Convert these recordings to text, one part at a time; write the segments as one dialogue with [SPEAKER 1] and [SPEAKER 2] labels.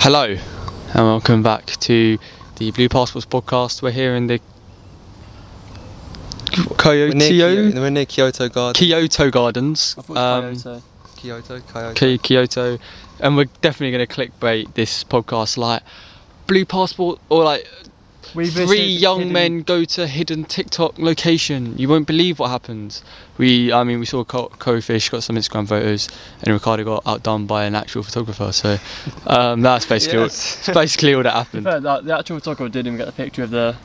[SPEAKER 1] Hello, and welcome back to the Blue Passports podcast. We're here in the
[SPEAKER 2] We're near,
[SPEAKER 1] Kyoto,
[SPEAKER 2] Kyoto, we're near Kyoto Garden.
[SPEAKER 1] Kyoto Gardens. Um,
[SPEAKER 2] Kyoto, Kyoto.
[SPEAKER 1] Ki- Kyoto, and we're definitely going to clickbait this podcast like Blue Passport or like
[SPEAKER 3] We
[SPEAKER 1] three young men go to hidden TikTok location. You won't believe what happened. We, I mean, we saw Co- Co Fish got some Instagram photos, and Ricardo got outdone by an actual photographer. So um, that's basically all,
[SPEAKER 2] Yes.
[SPEAKER 1] that's basically all that happened.
[SPEAKER 3] the, the actual photographer didn't even get the picture of the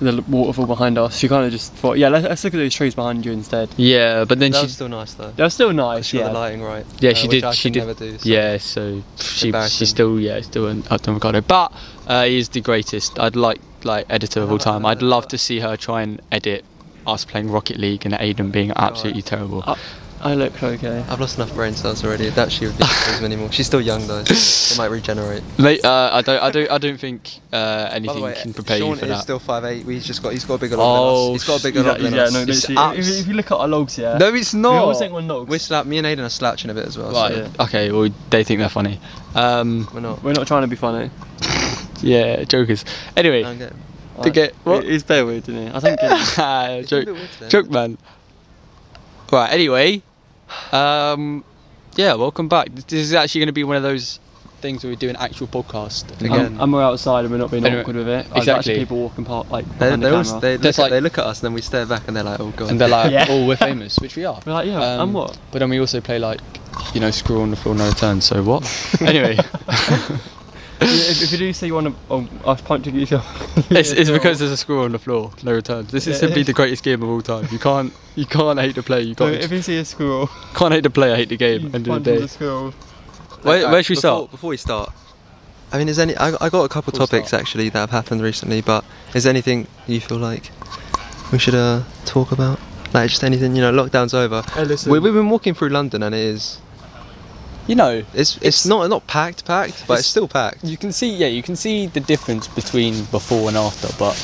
[SPEAKER 3] the l- waterfall behind us. She kind of just thought, yeah, let's, let's look at those trees behind you instead.
[SPEAKER 1] Yeah, but then
[SPEAKER 2] That
[SPEAKER 1] she,
[SPEAKER 2] was still nice though.
[SPEAKER 3] They're still
[SPEAKER 2] I
[SPEAKER 3] nice.
[SPEAKER 2] she got the
[SPEAKER 3] Yeah.
[SPEAKER 2] lighting right.
[SPEAKER 1] yeah,
[SPEAKER 2] uh,
[SPEAKER 1] she
[SPEAKER 2] which
[SPEAKER 1] did,
[SPEAKER 2] I
[SPEAKER 1] she
[SPEAKER 2] could
[SPEAKER 1] did,
[SPEAKER 2] never do. so-
[SPEAKER 1] yeah. So she, she
[SPEAKER 2] Embarrassing.
[SPEAKER 1] still, yeah, still an outdone Ricardo, but uh, he is the greatest. I'd like like editor of all time. I'd love to see her try and edit us playing Rocket League and Aiden being absolutely terrible.
[SPEAKER 2] Uh,
[SPEAKER 3] I, I look okay.
[SPEAKER 2] I've lost enough brain cells already. That she wouldn't use them anymore. She's still young though. It might regenerate.
[SPEAKER 1] Mate, uh, I don't, I don't, I don't think uh,
[SPEAKER 2] By the
[SPEAKER 1] anything
[SPEAKER 2] way,
[SPEAKER 1] can prepare
[SPEAKER 2] Sean
[SPEAKER 1] you for
[SPEAKER 2] is
[SPEAKER 1] that.
[SPEAKER 2] still 5'8". He's just got he's got a bigger
[SPEAKER 1] Oh,
[SPEAKER 2] log than us. He's got a bigger
[SPEAKER 3] yeah,
[SPEAKER 2] log than
[SPEAKER 3] yeah,
[SPEAKER 2] us.
[SPEAKER 3] no,
[SPEAKER 2] It's
[SPEAKER 3] literally, if,
[SPEAKER 2] abs-
[SPEAKER 3] if you look at our logs, yeah.
[SPEAKER 2] No, it's
[SPEAKER 3] we all
[SPEAKER 2] not.
[SPEAKER 3] think we're logs.
[SPEAKER 2] We're slap. Me and Aiden are slouching a bit as well.
[SPEAKER 1] Right.
[SPEAKER 2] so
[SPEAKER 3] Yeah.
[SPEAKER 1] Okay. Well, they think they're funny. Um,
[SPEAKER 2] We're not.
[SPEAKER 3] We're not trying to be funny.
[SPEAKER 1] yeah, jokers. Anyway,
[SPEAKER 2] Don't get-
[SPEAKER 1] to get what?
[SPEAKER 3] He's bare weird, isn't he? I think. uh,
[SPEAKER 1] Ah,
[SPEAKER 2] It's a
[SPEAKER 1] joke,
[SPEAKER 2] bit weird today.
[SPEAKER 1] joke man. Right. Anyway, um, yeah. Welcome back. This is actually going to be one of those things where we do an actual podcast
[SPEAKER 2] Again.
[SPEAKER 1] Um,
[SPEAKER 3] And we're outside and we're not being
[SPEAKER 1] Anyway,
[SPEAKER 3] awkward with it. There's
[SPEAKER 1] exactly.
[SPEAKER 3] actually people walking past, like,
[SPEAKER 2] They,
[SPEAKER 3] behind
[SPEAKER 2] they,
[SPEAKER 3] the
[SPEAKER 2] all,
[SPEAKER 3] camera.
[SPEAKER 2] they,
[SPEAKER 1] That's
[SPEAKER 2] look
[SPEAKER 1] like-
[SPEAKER 2] at, they look at us and then we stare back and they're like, oh god.
[SPEAKER 1] and they're like,
[SPEAKER 3] Yeah.
[SPEAKER 1] "Oh, we're famous," which we are.
[SPEAKER 3] We're like, yeah,
[SPEAKER 1] Um,
[SPEAKER 3] and what?
[SPEAKER 1] But then we also play like, you know, screw on the floor, no return. So what? anyway,
[SPEAKER 3] if, if you do see one of oh, us punching each other,
[SPEAKER 1] it's, it's because there's a screw on the floor, no return. This is
[SPEAKER 3] Yeah.
[SPEAKER 1] simply the greatest game of all time. You can't, you can't hate the player. You
[SPEAKER 3] So
[SPEAKER 1] got
[SPEAKER 3] if you Mm, see a squirrel,
[SPEAKER 1] Can't hate the player, hate the game.
[SPEAKER 3] you
[SPEAKER 1] End of
[SPEAKER 3] punch
[SPEAKER 1] the
[SPEAKER 3] the
[SPEAKER 1] day.
[SPEAKER 3] squirrel.
[SPEAKER 1] Where,
[SPEAKER 2] Right,
[SPEAKER 1] where should we
[SPEAKER 2] before,
[SPEAKER 1] start?
[SPEAKER 2] Before we start, I mean, is any? I, I got a couple
[SPEAKER 1] Before we
[SPEAKER 2] topics
[SPEAKER 1] start.
[SPEAKER 2] actually that have happened recently, but is there anything you feel like we should uh, talk about? Like just anything, you know, lockdown's over. We, we've been walking through London and it is
[SPEAKER 1] You know,
[SPEAKER 2] it's it's,
[SPEAKER 1] It's-
[SPEAKER 2] not not packed packed, but
[SPEAKER 1] it's-
[SPEAKER 2] it's still packed.
[SPEAKER 1] you can see, yeah, you can see the difference between before and after. But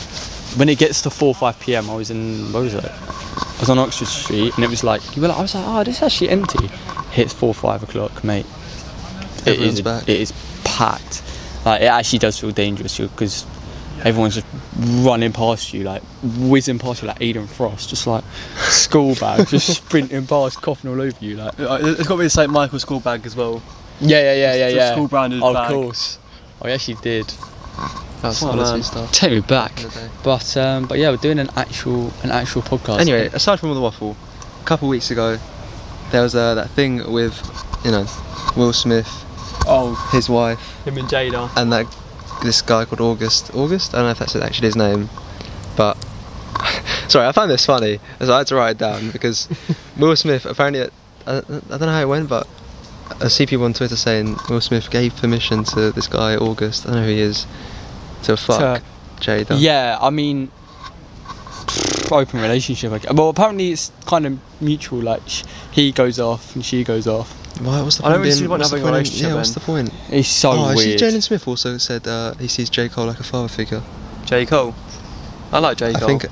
[SPEAKER 1] when it gets to four, five p.m., I was in what was it? I was on Oxford Street, and it was like you were like, I was like, oh, this is actually empty. Hits four, five o'clock, mate. It
[SPEAKER 2] Everyone's
[SPEAKER 1] is,
[SPEAKER 2] back.
[SPEAKER 1] it is packed. Like it actually does feel dangerous because everyone's just running past you, like whizzing past you, like Eden Frost, just like school bags, just sprinting past, coughing all over you, like.
[SPEAKER 3] Uh, It's got to be a St Michael's school bag as well.
[SPEAKER 1] Yeah, yeah, yeah, yeah,
[SPEAKER 3] It's a
[SPEAKER 1] yeah.
[SPEAKER 3] school branded
[SPEAKER 1] Of
[SPEAKER 3] bag.
[SPEAKER 1] course. I actually Oh, did.
[SPEAKER 2] That's
[SPEAKER 3] Oh,
[SPEAKER 2] honestly
[SPEAKER 3] man.
[SPEAKER 2] stuff.
[SPEAKER 1] Take me back.
[SPEAKER 2] End of the day.
[SPEAKER 1] But um, but yeah, we're doing an actual an actual podcast.
[SPEAKER 2] Anyway, aside from all the waffle, a couple weeks ago, there was uh, that thing with you know Will Smith,
[SPEAKER 3] Oh,
[SPEAKER 2] his wife,
[SPEAKER 3] him and Jada.
[SPEAKER 2] and that this guy called August. August? I don't know if that's actually his name, but sorry, I found this funny, as I had to write it down because Will Smith apparently, uh, I, I don't know how it went, but I see people on Twitter saying Will Smith gave permission to this guy August. I don't know who he is to fuck Jada.
[SPEAKER 1] yeah, I mean, open relationship. I guess. Well, apparently it's kind of mutual. Like sh- he goes off and she goes off.
[SPEAKER 2] Why? What's the
[SPEAKER 3] I
[SPEAKER 2] point?
[SPEAKER 3] don't really
[SPEAKER 2] being-
[SPEAKER 3] see what
[SPEAKER 2] what's the
[SPEAKER 3] having a
[SPEAKER 2] point in-
[SPEAKER 3] relationship
[SPEAKER 2] Yeah. What's
[SPEAKER 3] then.
[SPEAKER 2] the point?
[SPEAKER 1] It's so
[SPEAKER 2] oh, I see.
[SPEAKER 1] weird.
[SPEAKER 2] Jalen Smith also said uh, he sees J Cole like a father figure.
[SPEAKER 3] J Cole. I like J
[SPEAKER 2] I
[SPEAKER 3] Cole.
[SPEAKER 2] think.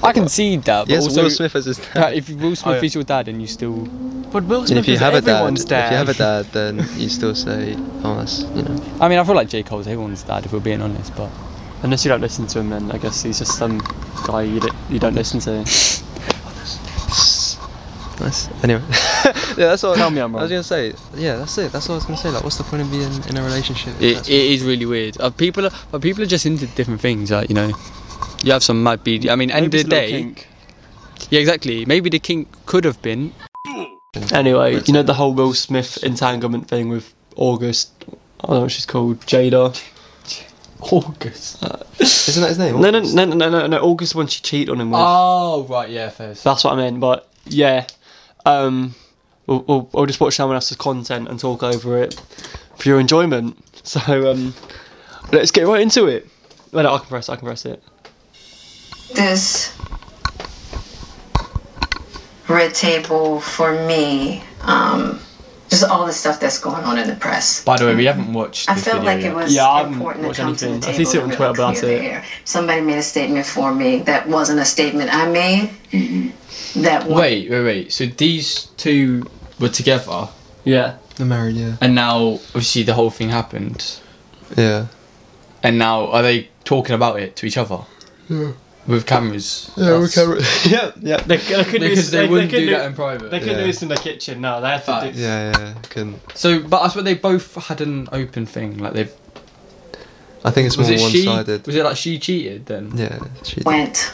[SPEAKER 1] I can see that. But
[SPEAKER 2] Yes,
[SPEAKER 1] also,
[SPEAKER 2] Will Smith as his dad.
[SPEAKER 1] that if Will Smith
[SPEAKER 3] Oh, yeah.
[SPEAKER 1] is your dad and you still,
[SPEAKER 3] But Will
[SPEAKER 2] And
[SPEAKER 3] Smith
[SPEAKER 2] if you
[SPEAKER 3] is
[SPEAKER 2] have a dad,
[SPEAKER 3] everyone's dad.
[SPEAKER 2] if you have a dad, then you still say, oh, that's, you know.
[SPEAKER 1] I mean, I feel like J Cole's everyone's dad if we're being honest. But
[SPEAKER 3] Unless you don't listen to him, then I guess he's just some guy you don't, you don't listen to.
[SPEAKER 2] Nice. Anyway, yeah, that's all.
[SPEAKER 3] Tell me I'm
[SPEAKER 2] I was gonna say, yeah, that's it. That's all I was gonna say. Like, what's the point of being in a relationship? if
[SPEAKER 1] It,
[SPEAKER 2] that's-
[SPEAKER 1] it is really weird. Uh, people are, but people are just into different things. Like you know, you have some mad BD. I mean, end of
[SPEAKER 3] Maybe
[SPEAKER 1] the
[SPEAKER 3] it's a little
[SPEAKER 1] day,
[SPEAKER 3] kink.
[SPEAKER 1] yeah, exactly. Maybe the kink could have been.
[SPEAKER 3] Anyway, you know the whole Will Smith entanglement thing with August. I don't know what she's called. Jada. August.
[SPEAKER 2] Isn't that his name?
[SPEAKER 3] No, no, no, no, no, no. August when she cheated on him with.
[SPEAKER 1] Oh right, yeah, fair.
[SPEAKER 3] That's what I meant. But yeah, um, we'll, we'll, we'll just watch someone else's content and talk over it for your enjoyment. So um, let's get right into it. No, no, I can press. I can press it.
[SPEAKER 4] this red table for me um just all the stuff that's going on in the press
[SPEAKER 1] By the way, we haven't watched.
[SPEAKER 4] I felt like it was
[SPEAKER 3] Yeah, I haven't
[SPEAKER 4] important to
[SPEAKER 3] watched
[SPEAKER 4] come to the
[SPEAKER 3] anything. I
[SPEAKER 4] table
[SPEAKER 3] see it on
[SPEAKER 4] and
[SPEAKER 3] Twitter, but
[SPEAKER 4] really clear
[SPEAKER 3] that's
[SPEAKER 4] the
[SPEAKER 3] it.
[SPEAKER 4] air. Somebody made a statement for me that wasn't a statement I made. That
[SPEAKER 1] Mm-hmm.
[SPEAKER 4] one.
[SPEAKER 1] Wait, wait, wait. So these two were together,
[SPEAKER 3] Yeah.
[SPEAKER 2] The married, yeah.
[SPEAKER 1] and now obviously the whole thing happened.
[SPEAKER 2] Yeah.
[SPEAKER 1] And now are they talking about it to each other?
[SPEAKER 2] Yeah.
[SPEAKER 1] With cameras.
[SPEAKER 2] Yeah, we
[SPEAKER 1] That's-
[SPEAKER 2] can. yeah, yeah.
[SPEAKER 3] They, c- they couldn't do
[SPEAKER 1] Because
[SPEAKER 3] this-
[SPEAKER 1] they, wouldn't
[SPEAKER 3] couldn't
[SPEAKER 1] do that in private.
[SPEAKER 3] They couldn't
[SPEAKER 2] Yeah.
[SPEAKER 3] do this in the kitchen. No, they have to
[SPEAKER 1] Facts.
[SPEAKER 3] do.
[SPEAKER 2] Yeah, yeah, can.
[SPEAKER 1] So, but I swear they both had an open thing. Like they
[SPEAKER 2] I think it's more
[SPEAKER 1] was it she?
[SPEAKER 2] one-sided.
[SPEAKER 1] Was it like she cheated then?
[SPEAKER 2] Yeah, she.
[SPEAKER 4] went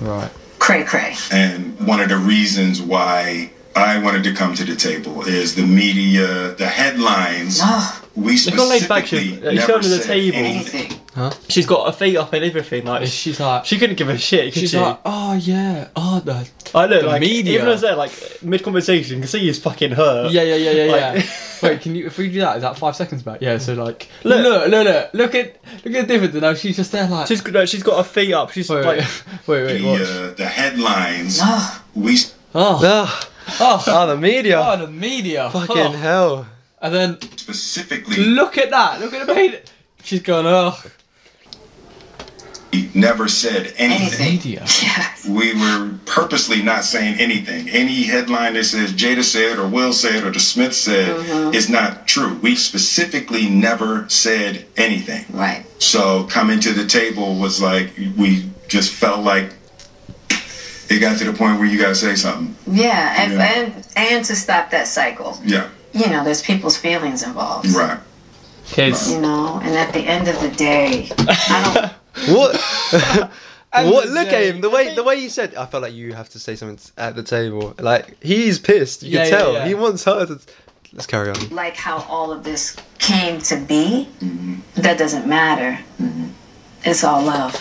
[SPEAKER 1] Right.
[SPEAKER 4] cray cray.
[SPEAKER 5] And one of the reasons why I wanted to come to the table is the media, the headlines.
[SPEAKER 1] Ah.
[SPEAKER 4] Oh,
[SPEAKER 5] We
[SPEAKER 3] They've got laid back,
[SPEAKER 5] specifically
[SPEAKER 3] she's- she's
[SPEAKER 5] never
[SPEAKER 3] under the
[SPEAKER 5] said
[SPEAKER 3] table.
[SPEAKER 5] anything.
[SPEAKER 4] anything.
[SPEAKER 3] She's got her feet up and everything. Like she,
[SPEAKER 1] She's like.
[SPEAKER 3] she couldn't give a shit. Could
[SPEAKER 1] she's
[SPEAKER 3] she?
[SPEAKER 1] like. Oh yeah. Oh the.
[SPEAKER 3] I know.
[SPEAKER 1] the
[SPEAKER 3] like,
[SPEAKER 1] media.
[SPEAKER 3] Even as they're like mid conversation, you can see it's fucking her.
[SPEAKER 1] Yeah yeah yeah yeah yeah.
[SPEAKER 3] Like-
[SPEAKER 1] Wait, can you? If we do that, is that five seconds back? Yeah. So like. Look
[SPEAKER 3] Look.
[SPEAKER 1] look look look, look at look at the difference. And now she's just there like.
[SPEAKER 3] She's no, she's got her feet up. She's
[SPEAKER 1] wait,
[SPEAKER 3] like.
[SPEAKER 1] wait wait wait.
[SPEAKER 5] The,
[SPEAKER 1] Watch.
[SPEAKER 5] uh, the headlines.
[SPEAKER 4] Oh,
[SPEAKER 5] We
[SPEAKER 1] Oh
[SPEAKER 2] Ah,
[SPEAKER 1] oh.
[SPEAKER 2] ah, the media.
[SPEAKER 1] Oh, the media.
[SPEAKER 2] Fucking
[SPEAKER 1] Oh.
[SPEAKER 2] hell.
[SPEAKER 1] And then
[SPEAKER 5] specifically
[SPEAKER 1] look at that. Look at the media. She's gone. Oh.
[SPEAKER 5] never said anything.
[SPEAKER 1] Media.
[SPEAKER 4] yes.
[SPEAKER 5] We were purposely not saying anything. Any headline that says Jada said or Will said or the Smith said is not true. We specifically never said anything.
[SPEAKER 4] Right.
[SPEAKER 5] So coming to the table was like we just felt like it got to the point where you gotta say something.
[SPEAKER 4] Yeah, and,
[SPEAKER 5] Yeah.
[SPEAKER 4] and and to stop that cycle.
[SPEAKER 5] Yeah,
[SPEAKER 4] You know, there's people's feelings involved.
[SPEAKER 5] right.
[SPEAKER 3] Kids.
[SPEAKER 4] You know, and at the end of the day, I don't
[SPEAKER 2] What? what?
[SPEAKER 1] the
[SPEAKER 2] Look at
[SPEAKER 1] day.
[SPEAKER 2] him. The way the way you said, I felt like you have to say something t- at the table. Like he's pissed. You
[SPEAKER 1] Yeah,
[SPEAKER 2] can
[SPEAKER 1] yeah,
[SPEAKER 2] tell.
[SPEAKER 1] yeah.
[SPEAKER 2] He wants her to. Let's carry on.
[SPEAKER 4] like how all of this came to be. That doesn't matter. It's all love.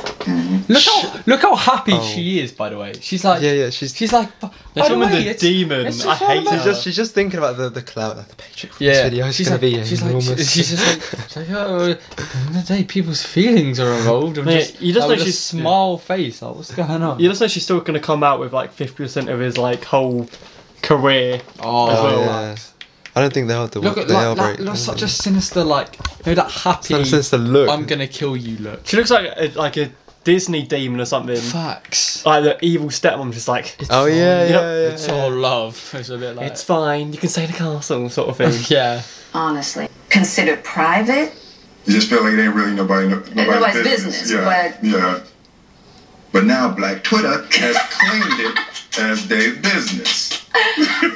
[SPEAKER 1] Look how look how happy
[SPEAKER 2] Oh.
[SPEAKER 1] she is. By the way, she's like
[SPEAKER 2] Yeah, yeah. She's
[SPEAKER 1] she's like. "B- By
[SPEAKER 3] This
[SPEAKER 1] the
[SPEAKER 3] woman's
[SPEAKER 1] way,
[SPEAKER 3] a
[SPEAKER 1] it's-
[SPEAKER 3] demon.
[SPEAKER 1] it's
[SPEAKER 3] I
[SPEAKER 1] just
[SPEAKER 3] hate
[SPEAKER 1] all
[SPEAKER 2] she's
[SPEAKER 3] her.
[SPEAKER 2] just sheshe's just thinking about the the cloud, like the paycheck for this
[SPEAKER 1] Yeah,
[SPEAKER 2] video. is
[SPEAKER 1] she's
[SPEAKER 2] gonna
[SPEAKER 1] like,
[SPEAKER 2] be
[SPEAKER 1] she's like,
[SPEAKER 2] enormous.
[SPEAKER 1] she's, she's just like, she's like, oh, at the end of the day, people's feelings are involved. I'm
[SPEAKER 3] Mate,
[SPEAKER 1] just,
[SPEAKER 3] you just
[SPEAKER 1] like,
[SPEAKER 3] know
[SPEAKER 1] with a
[SPEAKER 3] she's-
[SPEAKER 1] smile face. Like, what's going on?
[SPEAKER 3] You just know she's still gonna come out with like fifty percent of his like whole career.
[SPEAKER 1] oh,
[SPEAKER 2] Oh,
[SPEAKER 3] well.
[SPEAKER 2] yeah. I don't think they'll have to.
[SPEAKER 1] look at
[SPEAKER 2] they
[SPEAKER 1] like, like,
[SPEAKER 2] break.
[SPEAKER 1] look, such a sinister, like, you know, that happy.
[SPEAKER 2] Since the look.
[SPEAKER 1] I'm gonna kill you. Look,
[SPEAKER 3] She looks like a, like a Disney demon or something.
[SPEAKER 1] facts.
[SPEAKER 3] Like the evil stepmom's just like. uh,
[SPEAKER 2] Oh yeah, yeah,
[SPEAKER 3] Yep.
[SPEAKER 2] yeah.
[SPEAKER 1] It's
[SPEAKER 2] yeah.
[SPEAKER 1] all love. It's a bit like
[SPEAKER 3] It's fine. You can stay in the castle, sort of thing.
[SPEAKER 1] yeah.
[SPEAKER 4] Honestly, considered private.
[SPEAKER 5] You just feel like it ain't really nobody, nobody's
[SPEAKER 4] Nobody's
[SPEAKER 5] business.
[SPEAKER 4] business,
[SPEAKER 5] yeah,
[SPEAKER 4] but-
[SPEAKER 5] yeah. But now Black Twitter has claimed it as their business.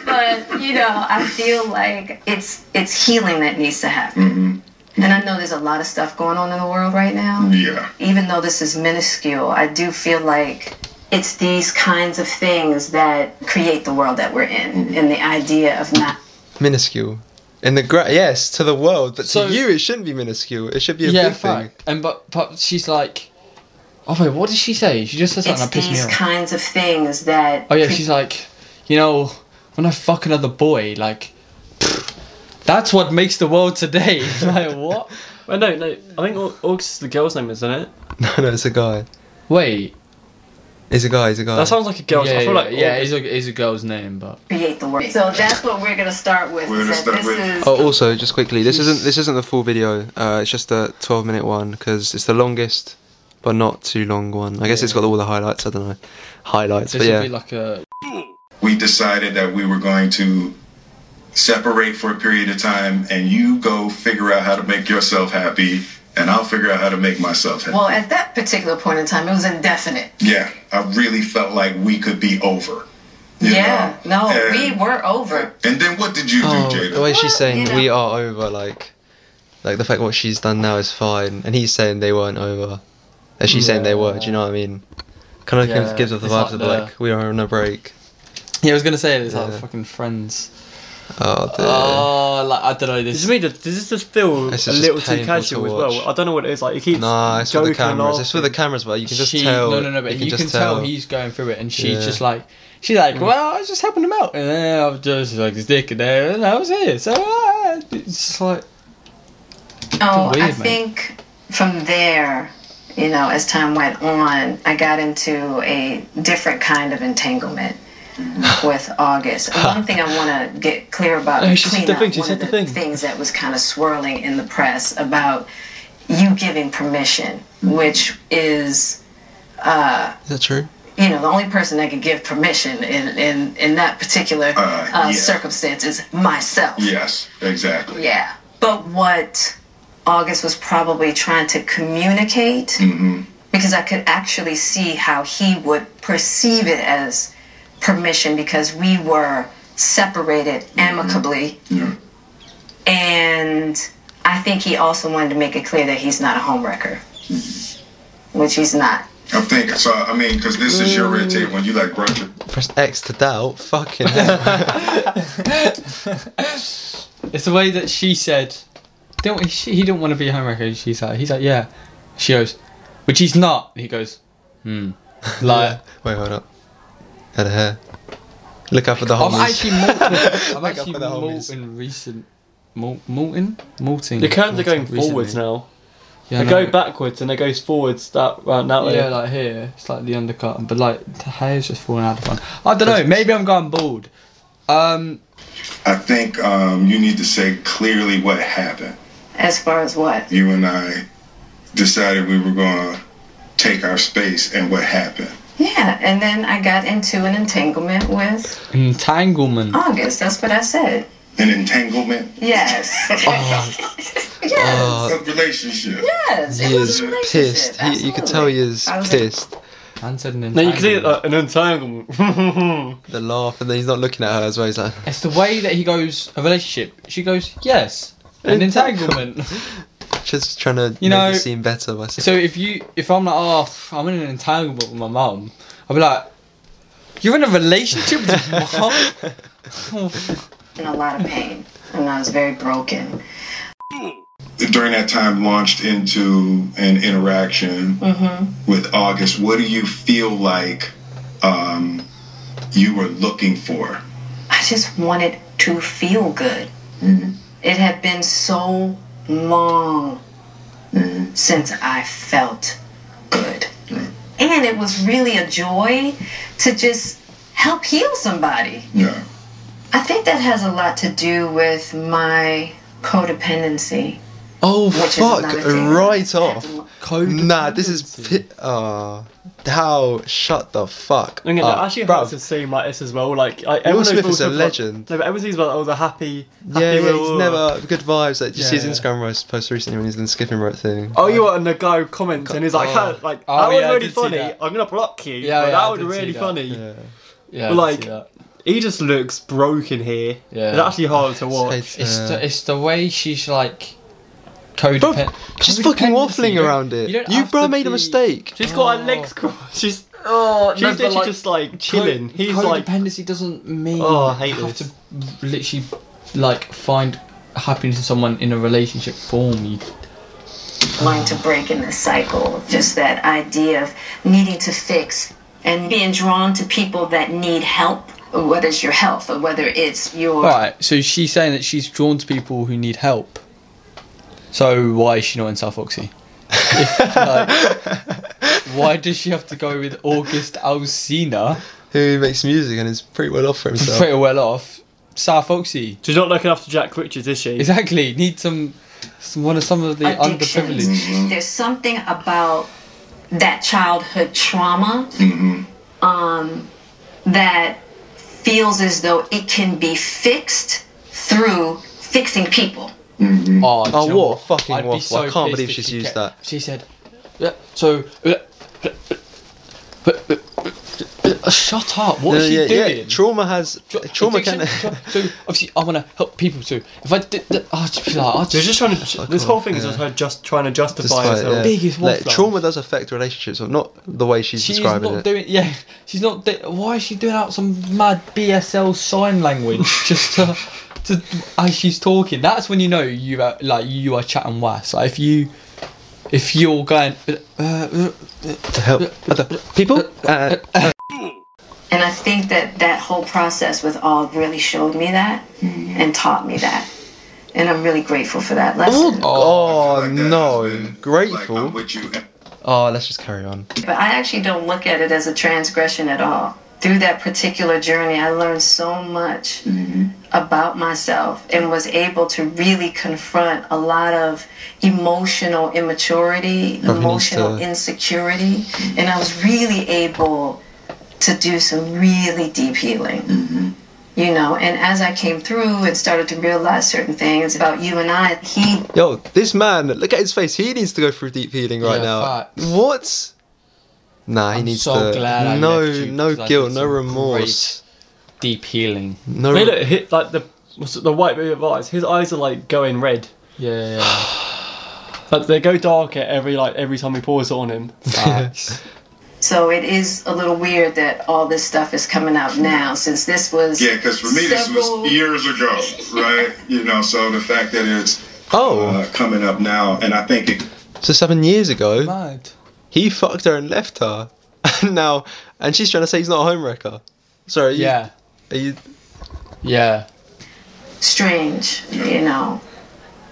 [SPEAKER 4] But you know, I feel like it's it's healing that needs to happen.
[SPEAKER 5] hmm
[SPEAKER 4] And I know there's a lot of stuff going on in the world right now.
[SPEAKER 5] Yeah,
[SPEAKER 4] Even though this is minuscule, I do feel like it's these kinds of things that create the world that we're in, and the idea of not
[SPEAKER 2] minuscule. In the gra- yes, to the world, but
[SPEAKER 1] So-
[SPEAKER 2] to you it shouldn't be minuscule. It should be a
[SPEAKER 1] yeah,
[SPEAKER 2] big thing.
[SPEAKER 1] fact. And but but she's like, oh wait, what did she say? She just says something
[SPEAKER 4] it's
[SPEAKER 1] that pissed me
[SPEAKER 4] these
[SPEAKER 1] off.
[SPEAKER 4] kinds of things that
[SPEAKER 1] oh yeah, she's like, you know, when I fuck another boy, like, that's what makes the world today. like what?
[SPEAKER 3] Well, no, no. I think Au- August is the girl's name, isn't it?
[SPEAKER 2] No, no, it's a guy.
[SPEAKER 1] Wait,
[SPEAKER 2] It's a guy. It's a guy.
[SPEAKER 3] That sounds like a girl's.
[SPEAKER 1] yeah,
[SPEAKER 3] I feel
[SPEAKER 1] yeah,
[SPEAKER 3] like
[SPEAKER 1] yeah,
[SPEAKER 3] August-
[SPEAKER 1] it's a, it's a girl's name, but
[SPEAKER 4] create the world. So that's what we're gonna start with.
[SPEAKER 5] We're
[SPEAKER 4] is
[SPEAKER 5] gonna
[SPEAKER 4] that
[SPEAKER 5] start
[SPEAKER 4] this
[SPEAKER 5] with-
[SPEAKER 4] is
[SPEAKER 2] Oh, also, just quickly, this isn't this isn't the full video. Uh, it's just a 12 minute one because it's the longest, but not too long one. I guess it's got all the highlights. I don't know, highlights.
[SPEAKER 1] this
[SPEAKER 2] but
[SPEAKER 1] would
[SPEAKER 2] yeah,
[SPEAKER 1] be like a
[SPEAKER 5] we decided that we were going to separate for a period of time, and you go figure out how to make yourself happy, and I'll figure out how to make myself happy.
[SPEAKER 4] well, at that particular point in time, it was indefinite.
[SPEAKER 5] yeah, I really felt like we could be over. you
[SPEAKER 4] yeah,
[SPEAKER 5] know?
[SPEAKER 4] no,
[SPEAKER 5] And-
[SPEAKER 4] we were over.
[SPEAKER 5] And then what did you do,
[SPEAKER 2] oh,
[SPEAKER 5] Jada?
[SPEAKER 2] the way she's saying
[SPEAKER 4] Yeah.
[SPEAKER 2] we are over, like, like the fact what she's done now is fine, and he's saying they weren't over, and she's saying they were. Do you know what I mean? Kind of
[SPEAKER 1] Yeah,
[SPEAKER 2] gives, gives off the
[SPEAKER 1] it's
[SPEAKER 2] vibes
[SPEAKER 1] like
[SPEAKER 2] of
[SPEAKER 1] the-
[SPEAKER 2] like we are on a break.
[SPEAKER 1] yeah. I was gonna say it's like
[SPEAKER 2] Yeah.
[SPEAKER 1] fucking friends.
[SPEAKER 2] Oh, dear.
[SPEAKER 1] Oh, like I don't know
[SPEAKER 3] Does
[SPEAKER 1] this.
[SPEAKER 3] it mean that- does this just feel
[SPEAKER 2] This
[SPEAKER 3] a
[SPEAKER 2] is just
[SPEAKER 3] little too
[SPEAKER 2] painful to
[SPEAKER 3] casual as
[SPEAKER 2] watch.
[SPEAKER 3] well? I don't know what it is like. It keeps
[SPEAKER 2] Nah, it's for
[SPEAKER 3] joking
[SPEAKER 2] the cameras.
[SPEAKER 3] and
[SPEAKER 2] It's for the
[SPEAKER 3] laughing.
[SPEAKER 2] cameras, but you can just
[SPEAKER 1] she,
[SPEAKER 2] tell.
[SPEAKER 1] No, no, no. But you can,
[SPEAKER 2] just
[SPEAKER 1] tell. he's going through it, and she's
[SPEAKER 2] Yeah. Mm.
[SPEAKER 1] just like, she's like, well, I was just helping him out, and then I was just like his dick, and then and I was here. So uh, it's just like,
[SPEAKER 4] Oh, I
[SPEAKER 1] weird, mate.
[SPEAKER 4] think from there, you know, as time went on, I got into a different kind of entanglement with August. And One thing I want to get clear about
[SPEAKER 3] Mm-hmm. No,
[SPEAKER 4] and
[SPEAKER 3] she said
[SPEAKER 4] clean
[SPEAKER 3] the
[SPEAKER 4] up
[SPEAKER 3] thing, she
[SPEAKER 4] one
[SPEAKER 3] said
[SPEAKER 4] of
[SPEAKER 3] the thing.
[SPEAKER 4] things that was kind of swirling in the press about you giving permission,
[SPEAKER 3] Mm-hmm.
[SPEAKER 4] which is uh,
[SPEAKER 2] Is that true?
[SPEAKER 4] you know, the only person that could give permission in in, in that particular uh,
[SPEAKER 5] Uh, yeah.
[SPEAKER 4] circumstance is myself.
[SPEAKER 5] Yes, exactly.
[SPEAKER 4] Yeah. But what August was probably trying to communicate
[SPEAKER 5] Mm-hmm.
[SPEAKER 4] because I could actually see how he would perceive it as permission because we were separated amicably.
[SPEAKER 5] Yeah.
[SPEAKER 4] And I think he also wanted to make it clear that he's not a homewrecker, which he's not.
[SPEAKER 5] I'm thinking. So I mean, because this is your red
[SPEAKER 2] Mm.
[SPEAKER 5] tape when you like brush your
[SPEAKER 2] Press X to doubt. Fucking hell.
[SPEAKER 1] It's the way that she said, "Don't she, he didn't want to be a homewrecker." She's like, he's like, yeah. She goes, which he's not. And he goes, hmm. Like
[SPEAKER 2] Wait, hold up. Head of hair. Look after the
[SPEAKER 1] I'm
[SPEAKER 2] homies.
[SPEAKER 1] actually molting. I'm
[SPEAKER 2] Make up
[SPEAKER 1] actually
[SPEAKER 2] for the homies.
[SPEAKER 1] molting recent. Mol- molting, molting.
[SPEAKER 3] The curves are going
[SPEAKER 1] molting
[SPEAKER 3] forwards
[SPEAKER 1] recently.
[SPEAKER 3] now.
[SPEAKER 1] Yeah,
[SPEAKER 3] they
[SPEAKER 1] I
[SPEAKER 3] go
[SPEAKER 1] know.
[SPEAKER 3] backwards and they goes forwards that round that way.
[SPEAKER 1] Yeah, like here, it's like the undercut, but like the hair's just falling out of front. I don't know. Maybe I'm going bald. Um,
[SPEAKER 5] I think um, you need to say clearly what happened.
[SPEAKER 4] As far as what?
[SPEAKER 5] You and I decided we were going to take our space, and what happened?
[SPEAKER 4] Yeah, and then I got into an entanglement with
[SPEAKER 1] entanglement.
[SPEAKER 4] August. That's what I said.
[SPEAKER 5] An entanglement
[SPEAKER 4] Yes. yes.
[SPEAKER 2] Oh,
[SPEAKER 5] of relationship.
[SPEAKER 4] yes. It
[SPEAKER 2] he
[SPEAKER 4] was
[SPEAKER 2] is
[SPEAKER 4] a relationship,
[SPEAKER 2] pissed. He, you could tell he
[SPEAKER 4] absolutely.
[SPEAKER 2] is
[SPEAKER 4] I was like,
[SPEAKER 2] pissed.
[SPEAKER 1] Man said an
[SPEAKER 3] Now you can see
[SPEAKER 1] entanglement.
[SPEAKER 3] uh, an entanglement.
[SPEAKER 2] the laugh, and then he's not looking at her as well. He's like,
[SPEAKER 1] It's the way that he goes a relationship. She goes yes, an entanglement.
[SPEAKER 2] just trying to
[SPEAKER 1] You
[SPEAKER 2] make
[SPEAKER 1] know-
[SPEAKER 2] it seem better by saying,
[SPEAKER 1] so if you, if I'm like, oh, pff, I'm in an entanglement with my mum, I'll be like, you're in a relationship with your mum.
[SPEAKER 4] in a lot of pain, and I was very broken.
[SPEAKER 5] During that time, launched into an interaction with August. What do you feel like um, you were looking for?
[SPEAKER 4] I just wanted to feel good.
[SPEAKER 2] Mm-hmm.
[SPEAKER 4] It had been so long since I felt good. And it was really a joy to just help heal somebody.
[SPEAKER 5] Yeah.
[SPEAKER 4] I think that has a lot to do with my codependency.
[SPEAKER 2] "Oh
[SPEAKER 4] Which is
[SPEAKER 2] fuck,
[SPEAKER 4] another thing.
[SPEAKER 2] right off." Nah, this is
[SPEAKER 1] Codependency.
[SPEAKER 2] pi- oh, how shut the fuck.
[SPEAKER 3] I'm gonna
[SPEAKER 1] Ah,
[SPEAKER 2] up.
[SPEAKER 3] actually
[SPEAKER 2] Bruv,
[SPEAKER 3] have to seem like this as well. Like I, everyone knows
[SPEAKER 2] Smith is a
[SPEAKER 3] about-
[SPEAKER 2] legend.
[SPEAKER 3] No, but everyone sees about oh the happy. happy
[SPEAKER 2] yeah, yeah, he's
[SPEAKER 3] little-
[SPEAKER 2] never good vibes. Like, did you see his
[SPEAKER 1] Yeah, yeah.
[SPEAKER 2] Instagram post- post recently when he's in the skipping rope thing?
[SPEAKER 3] Oh, you are, and the guy comments, and he's like,
[SPEAKER 2] Oh.
[SPEAKER 3] like
[SPEAKER 1] Oh,
[SPEAKER 3] that was
[SPEAKER 1] yeah, I
[SPEAKER 3] really
[SPEAKER 1] did see
[SPEAKER 3] funny.
[SPEAKER 1] that.
[SPEAKER 3] I'm gonna block you.
[SPEAKER 1] Yeah, yeah,
[SPEAKER 3] but
[SPEAKER 1] I
[SPEAKER 3] that was
[SPEAKER 1] did see
[SPEAKER 3] really
[SPEAKER 1] that.
[SPEAKER 3] funny.
[SPEAKER 2] yeah,
[SPEAKER 1] Yeah, I
[SPEAKER 3] But,
[SPEAKER 1] can
[SPEAKER 3] like-
[SPEAKER 1] see that.
[SPEAKER 3] He just looks broken here.
[SPEAKER 1] Yeah.
[SPEAKER 3] it's actually hard to watch.
[SPEAKER 2] It's-
[SPEAKER 1] It's
[SPEAKER 2] Yeah.
[SPEAKER 1] the, it's the way she's like codependent.
[SPEAKER 2] She's fucking waffling around it. You, bro made a mistake.
[SPEAKER 3] She's got her
[SPEAKER 1] Oh.
[SPEAKER 3] legs crossed. She's
[SPEAKER 1] Oh,
[SPEAKER 3] she's literally just like chilling. He's like
[SPEAKER 1] codependency doesn't mean
[SPEAKER 3] Oh, I hate
[SPEAKER 1] you have
[SPEAKER 3] this.
[SPEAKER 1] to literally like find happiness in someone in a relationship form. You,
[SPEAKER 4] wanting to break in this cycle. Just that idea of needing to fix and being drawn to people that need help. What is your health, or whether it's your
[SPEAKER 1] all right. So she's saying that she's drawn to people who need help. So why is she not in South Oxy? If, like, why does she have to go with August Alsina?
[SPEAKER 2] Who makes music and is pretty well off for himself.
[SPEAKER 1] Pretty well off. South Oxy.
[SPEAKER 3] she's not looking after Jack Richards, is she?
[SPEAKER 1] Exactly. Need some, some one of some of the
[SPEAKER 4] addictions.
[SPEAKER 1] underprivileged.
[SPEAKER 4] There's something about that childhood trauma um, that feels as though it can be fixed through fixing people.
[SPEAKER 1] Oh, do you
[SPEAKER 2] Oh,
[SPEAKER 1] know
[SPEAKER 2] what a fucking
[SPEAKER 1] I'd be
[SPEAKER 2] waffle. I can't
[SPEAKER 1] pissed
[SPEAKER 2] believe
[SPEAKER 1] if
[SPEAKER 2] she's
[SPEAKER 1] she
[SPEAKER 2] used
[SPEAKER 1] kept- She said, yeah, so. uh, uh, uh, uh, Shut up! What
[SPEAKER 2] No,
[SPEAKER 1] is she
[SPEAKER 2] yeah, yeah,
[SPEAKER 1] doing?
[SPEAKER 2] Trauma has trauma
[SPEAKER 1] Addiction,
[SPEAKER 2] can.
[SPEAKER 1] tra- so obviously, I want to help people too. If I did, that, I'd just be like, I'd
[SPEAKER 3] She's
[SPEAKER 1] just,
[SPEAKER 3] just trying to. This whole thing is just her just trying to justify
[SPEAKER 2] Despite-
[SPEAKER 3] herself.
[SPEAKER 2] yeah.
[SPEAKER 1] Biggest
[SPEAKER 2] Like,
[SPEAKER 1] waffler.
[SPEAKER 2] trauma does affect relationships, or not the way she's,
[SPEAKER 1] she's
[SPEAKER 2] describing
[SPEAKER 1] not
[SPEAKER 2] it.
[SPEAKER 1] doing. Yeah, she's not. Do- why is she doing out some mad BSL sign language just to, to as she's talking? That's when you know you are, like you are chatting wass. Like if you, if you're going, uh, uh,
[SPEAKER 2] To help other people. Uh,
[SPEAKER 4] And I think that that whole process with all really showed me that and taught me that. And I'm really grateful for that lesson.
[SPEAKER 2] oh,
[SPEAKER 5] Like that has
[SPEAKER 2] no,
[SPEAKER 5] been,
[SPEAKER 2] grateful.
[SPEAKER 5] Like, I'm with you.
[SPEAKER 2] Oh, let's just carry on.
[SPEAKER 4] But I actually don't look at it as a transgression at all. Through that particular journey, I learned so much about myself and was able to really confront a lot of emotional immaturity, emotional
[SPEAKER 2] to-
[SPEAKER 4] insecurity. And I was really able to do some really deep healing. you know. And as I came through and started to realize certain things about you and I, he
[SPEAKER 2] Yo, this man, look at his face. He needs to go through deep healing right
[SPEAKER 6] Yeah,
[SPEAKER 2] now.
[SPEAKER 6] facts.
[SPEAKER 2] What? Nah, he
[SPEAKER 6] I'm
[SPEAKER 2] needs
[SPEAKER 6] so
[SPEAKER 2] to.
[SPEAKER 6] glad I
[SPEAKER 2] no,
[SPEAKER 6] left you,
[SPEAKER 2] no
[SPEAKER 6] 'cause I
[SPEAKER 2] guilt,
[SPEAKER 6] did
[SPEAKER 2] no
[SPEAKER 6] some
[SPEAKER 2] remorse.
[SPEAKER 1] Deep healing.
[SPEAKER 2] No.
[SPEAKER 3] They look hit like the what's it, the white bit of eyes. His eyes are like going red.
[SPEAKER 6] Yeah, yeah.
[SPEAKER 3] Like they go darker every like every time he pours it on him.
[SPEAKER 6] Facts.
[SPEAKER 4] So it is a little weird that all this stuff is coming out now, since this was
[SPEAKER 5] Yeah, because for me, this
[SPEAKER 4] Several-
[SPEAKER 5] was years ago, right? you know, so the fact that it's
[SPEAKER 2] oh,
[SPEAKER 5] uh, coming up now, and I think it,
[SPEAKER 2] so seven years ago,
[SPEAKER 6] Mad.
[SPEAKER 2] he fucked her and left her, and now, and she's trying to say he's not a homewrecker. Sorry. you-
[SPEAKER 6] Yeah,
[SPEAKER 2] Are you?
[SPEAKER 6] yeah.
[SPEAKER 4] strange, you know.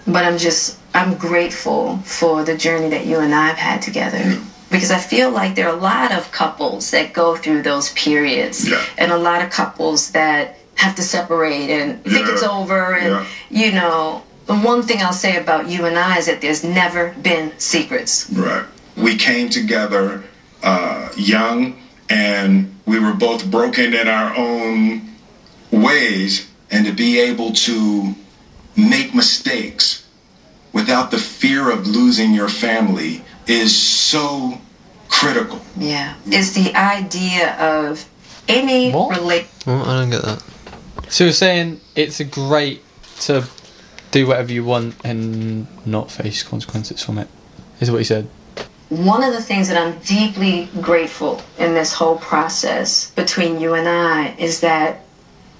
[SPEAKER 4] But I'm just I'm grateful for the journey that you and I've had together. Because I feel like there are a lot of couples that go through those periods
[SPEAKER 5] Yeah.
[SPEAKER 4] and a lot of couples that have to separate and think
[SPEAKER 5] Yeah.
[SPEAKER 4] it's over and
[SPEAKER 5] Yeah.
[SPEAKER 4] you know the one thing I'll say about you and I is that there's never been secrets.
[SPEAKER 5] right, we came together uh, young, and we were both broken in our own ways, and to be able to make mistakes without the fear of losing your family is so critical.
[SPEAKER 4] Yeah. It's the idea of any
[SPEAKER 6] What?
[SPEAKER 4] relationship
[SPEAKER 2] Well, I don't get that.
[SPEAKER 1] So you're saying it's a great to do whatever you want and not face consequences from it, is what you said.
[SPEAKER 4] one of the things that I'm deeply grateful in this whole process between you and I is that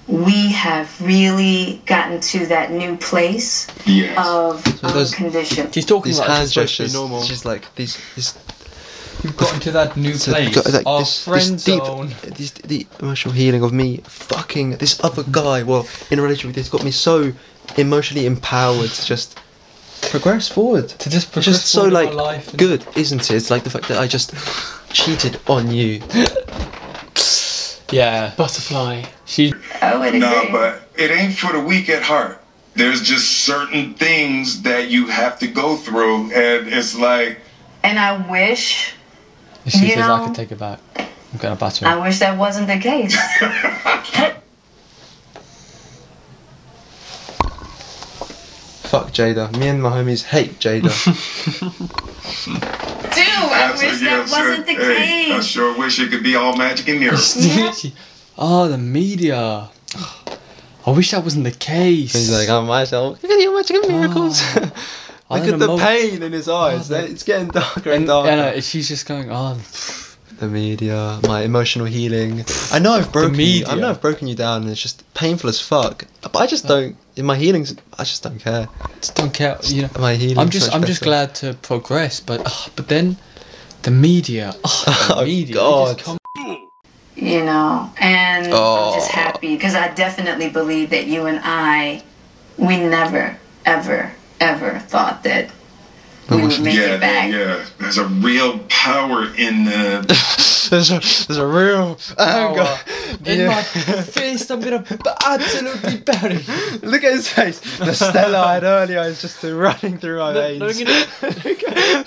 [SPEAKER 4] we have really gotten to that new place
[SPEAKER 5] Yes.
[SPEAKER 4] of
[SPEAKER 2] So those-
[SPEAKER 4] unconditional.
[SPEAKER 1] She's talking
[SPEAKER 2] These
[SPEAKER 1] like
[SPEAKER 2] hand
[SPEAKER 1] she's supposed to be
[SPEAKER 2] gestures.
[SPEAKER 1] normal.
[SPEAKER 2] She's like these. these
[SPEAKER 1] You've got into that new
[SPEAKER 2] so
[SPEAKER 1] place,
[SPEAKER 2] got, like,
[SPEAKER 1] our
[SPEAKER 2] this,
[SPEAKER 1] friend
[SPEAKER 2] this deep,
[SPEAKER 1] zone.
[SPEAKER 2] this, the emotional healing of me fucking this other guy. Well, in a relationship with this, got me so emotionally empowered to just progress forward.
[SPEAKER 1] To just
[SPEAKER 2] It's
[SPEAKER 1] progress
[SPEAKER 2] just
[SPEAKER 1] forward
[SPEAKER 2] so
[SPEAKER 1] in
[SPEAKER 2] like
[SPEAKER 1] our life and-
[SPEAKER 2] good, isn't it? It's like the fact that I just cheated on you.
[SPEAKER 1] Yeah,
[SPEAKER 3] Butterfly.
[SPEAKER 1] she
[SPEAKER 4] I would agree.
[SPEAKER 5] No, but it ain't for the weak at heart. There's just certain things that you have to go through, and it's like,
[SPEAKER 4] and I wish,
[SPEAKER 1] she
[SPEAKER 4] You
[SPEAKER 1] says I
[SPEAKER 4] know-
[SPEAKER 1] can take it back. I'm gonna batter.
[SPEAKER 4] I
[SPEAKER 1] her.
[SPEAKER 4] wish that wasn't the case.
[SPEAKER 2] Fuck Jada. Me and my homies hate Jada.
[SPEAKER 4] Dude, I wish
[SPEAKER 5] yeah,
[SPEAKER 4] that wasn't the
[SPEAKER 5] sure, hey, uh, I
[SPEAKER 4] case.
[SPEAKER 5] sure wish it could be all magic and miracles.
[SPEAKER 4] Yeah.
[SPEAKER 1] She- oh, the media. I wish that wasn't the case.
[SPEAKER 2] He's like, I'm myself. Look at the magic of miracles.
[SPEAKER 1] Ah. I
[SPEAKER 2] Look
[SPEAKER 1] don't
[SPEAKER 2] at the
[SPEAKER 1] know, mo-
[SPEAKER 2] pain in his eyes.
[SPEAKER 1] Oh, the-
[SPEAKER 2] it's getting darker and
[SPEAKER 1] And,
[SPEAKER 2] darker.
[SPEAKER 1] and, uh, she's just going, oh,
[SPEAKER 2] the media, my emotional healing. I know I've broken you. I
[SPEAKER 1] media. Uh.
[SPEAKER 2] know I've broken you down, and it's just painful as fuck. But I just don't. In my healings, I just don't care.
[SPEAKER 1] just don't care. You know,
[SPEAKER 2] My healing's
[SPEAKER 1] I'm just,
[SPEAKER 2] so
[SPEAKER 1] I'm just
[SPEAKER 2] special.
[SPEAKER 1] glad to progress. But, ah, but then, the media. ah, the
[SPEAKER 2] Oh,
[SPEAKER 1] media. they
[SPEAKER 2] God.
[SPEAKER 1] just come-
[SPEAKER 4] you know and
[SPEAKER 2] Oh.
[SPEAKER 4] i'm just happy because i definitely believe that you and i we never ever ever thought that we would make
[SPEAKER 5] yeah,
[SPEAKER 4] it back
[SPEAKER 5] yeah. There's a real power in the.
[SPEAKER 2] There's a, there's a real
[SPEAKER 1] Oh,
[SPEAKER 2] anger.
[SPEAKER 1] uh, in
[SPEAKER 2] Yeah.
[SPEAKER 1] my face, I'm gonna b- absolutely bury. you.
[SPEAKER 2] Look at his face. The Stella I had earlier is just running through my veins.
[SPEAKER 3] look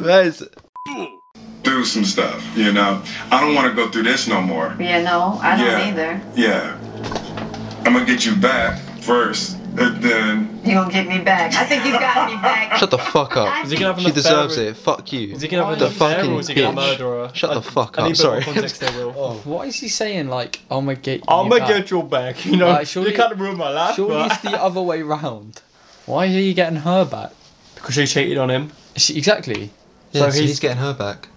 [SPEAKER 2] that is.
[SPEAKER 5] through some stuff, you know? I don't want to go through this no more.
[SPEAKER 4] you know i don't
[SPEAKER 5] Yeah.
[SPEAKER 4] either
[SPEAKER 5] Yeah. I'm going to get you back first, and then.
[SPEAKER 4] you gonna get me back i think you got me back
[SPEAKER 2] Shut the fuck up.
[SPEAKER 4] I
[SPEAKER 3] Is he gonna have an
[SPEAKER 2] She deserves
[SPEAKER 3] affair
[SPEAKER 2] it. Fuck you.
[SPEAKER 3] Is he gonna have
[SPEAKER 2] The
[SPEAKER 3] an affair
[SPEAKER 2] fucking
[SPEAKER 3] or is he gonna
[SPEAKER 2] bitch.
[SPEAKER 3] murder her?
[SPEAKER 2] Shut the
[SPEAKER 3] I-
[SPEAKER 2] fuck
[SPEAKER 3] I
[SPEAKER 2] up,
[SPEAKER 3] need a bit more
[SPEAKER 2] sorry.
[SPEAKER 3] context there, Will.
[SPEAKER 1] Why is he saying like, I'm gonna Oh. get you
[SPEAKER 3] I'm gonna
[SPEAKER 1] back?
[SPEAKER 3] get your back. You know,
[SPEAKER 1] Like, surely-
[SPEAKER 3] you can't ruin my life.
[SPEAKER 1] Surely
[SPEAKER 3] but-
[SPEAKER 1] it's the other way round. Why are you getting her back?
[SPEAKER 3] because she cheated on him.
[SPEAKER 1] She, exactly.
[SPEAKER 2] Yeah, so
[SPEAKER 3] So
[SPEAKER 2] he's,
[SPEAKER 3] he's-
[SPEAKER 2] getting her back.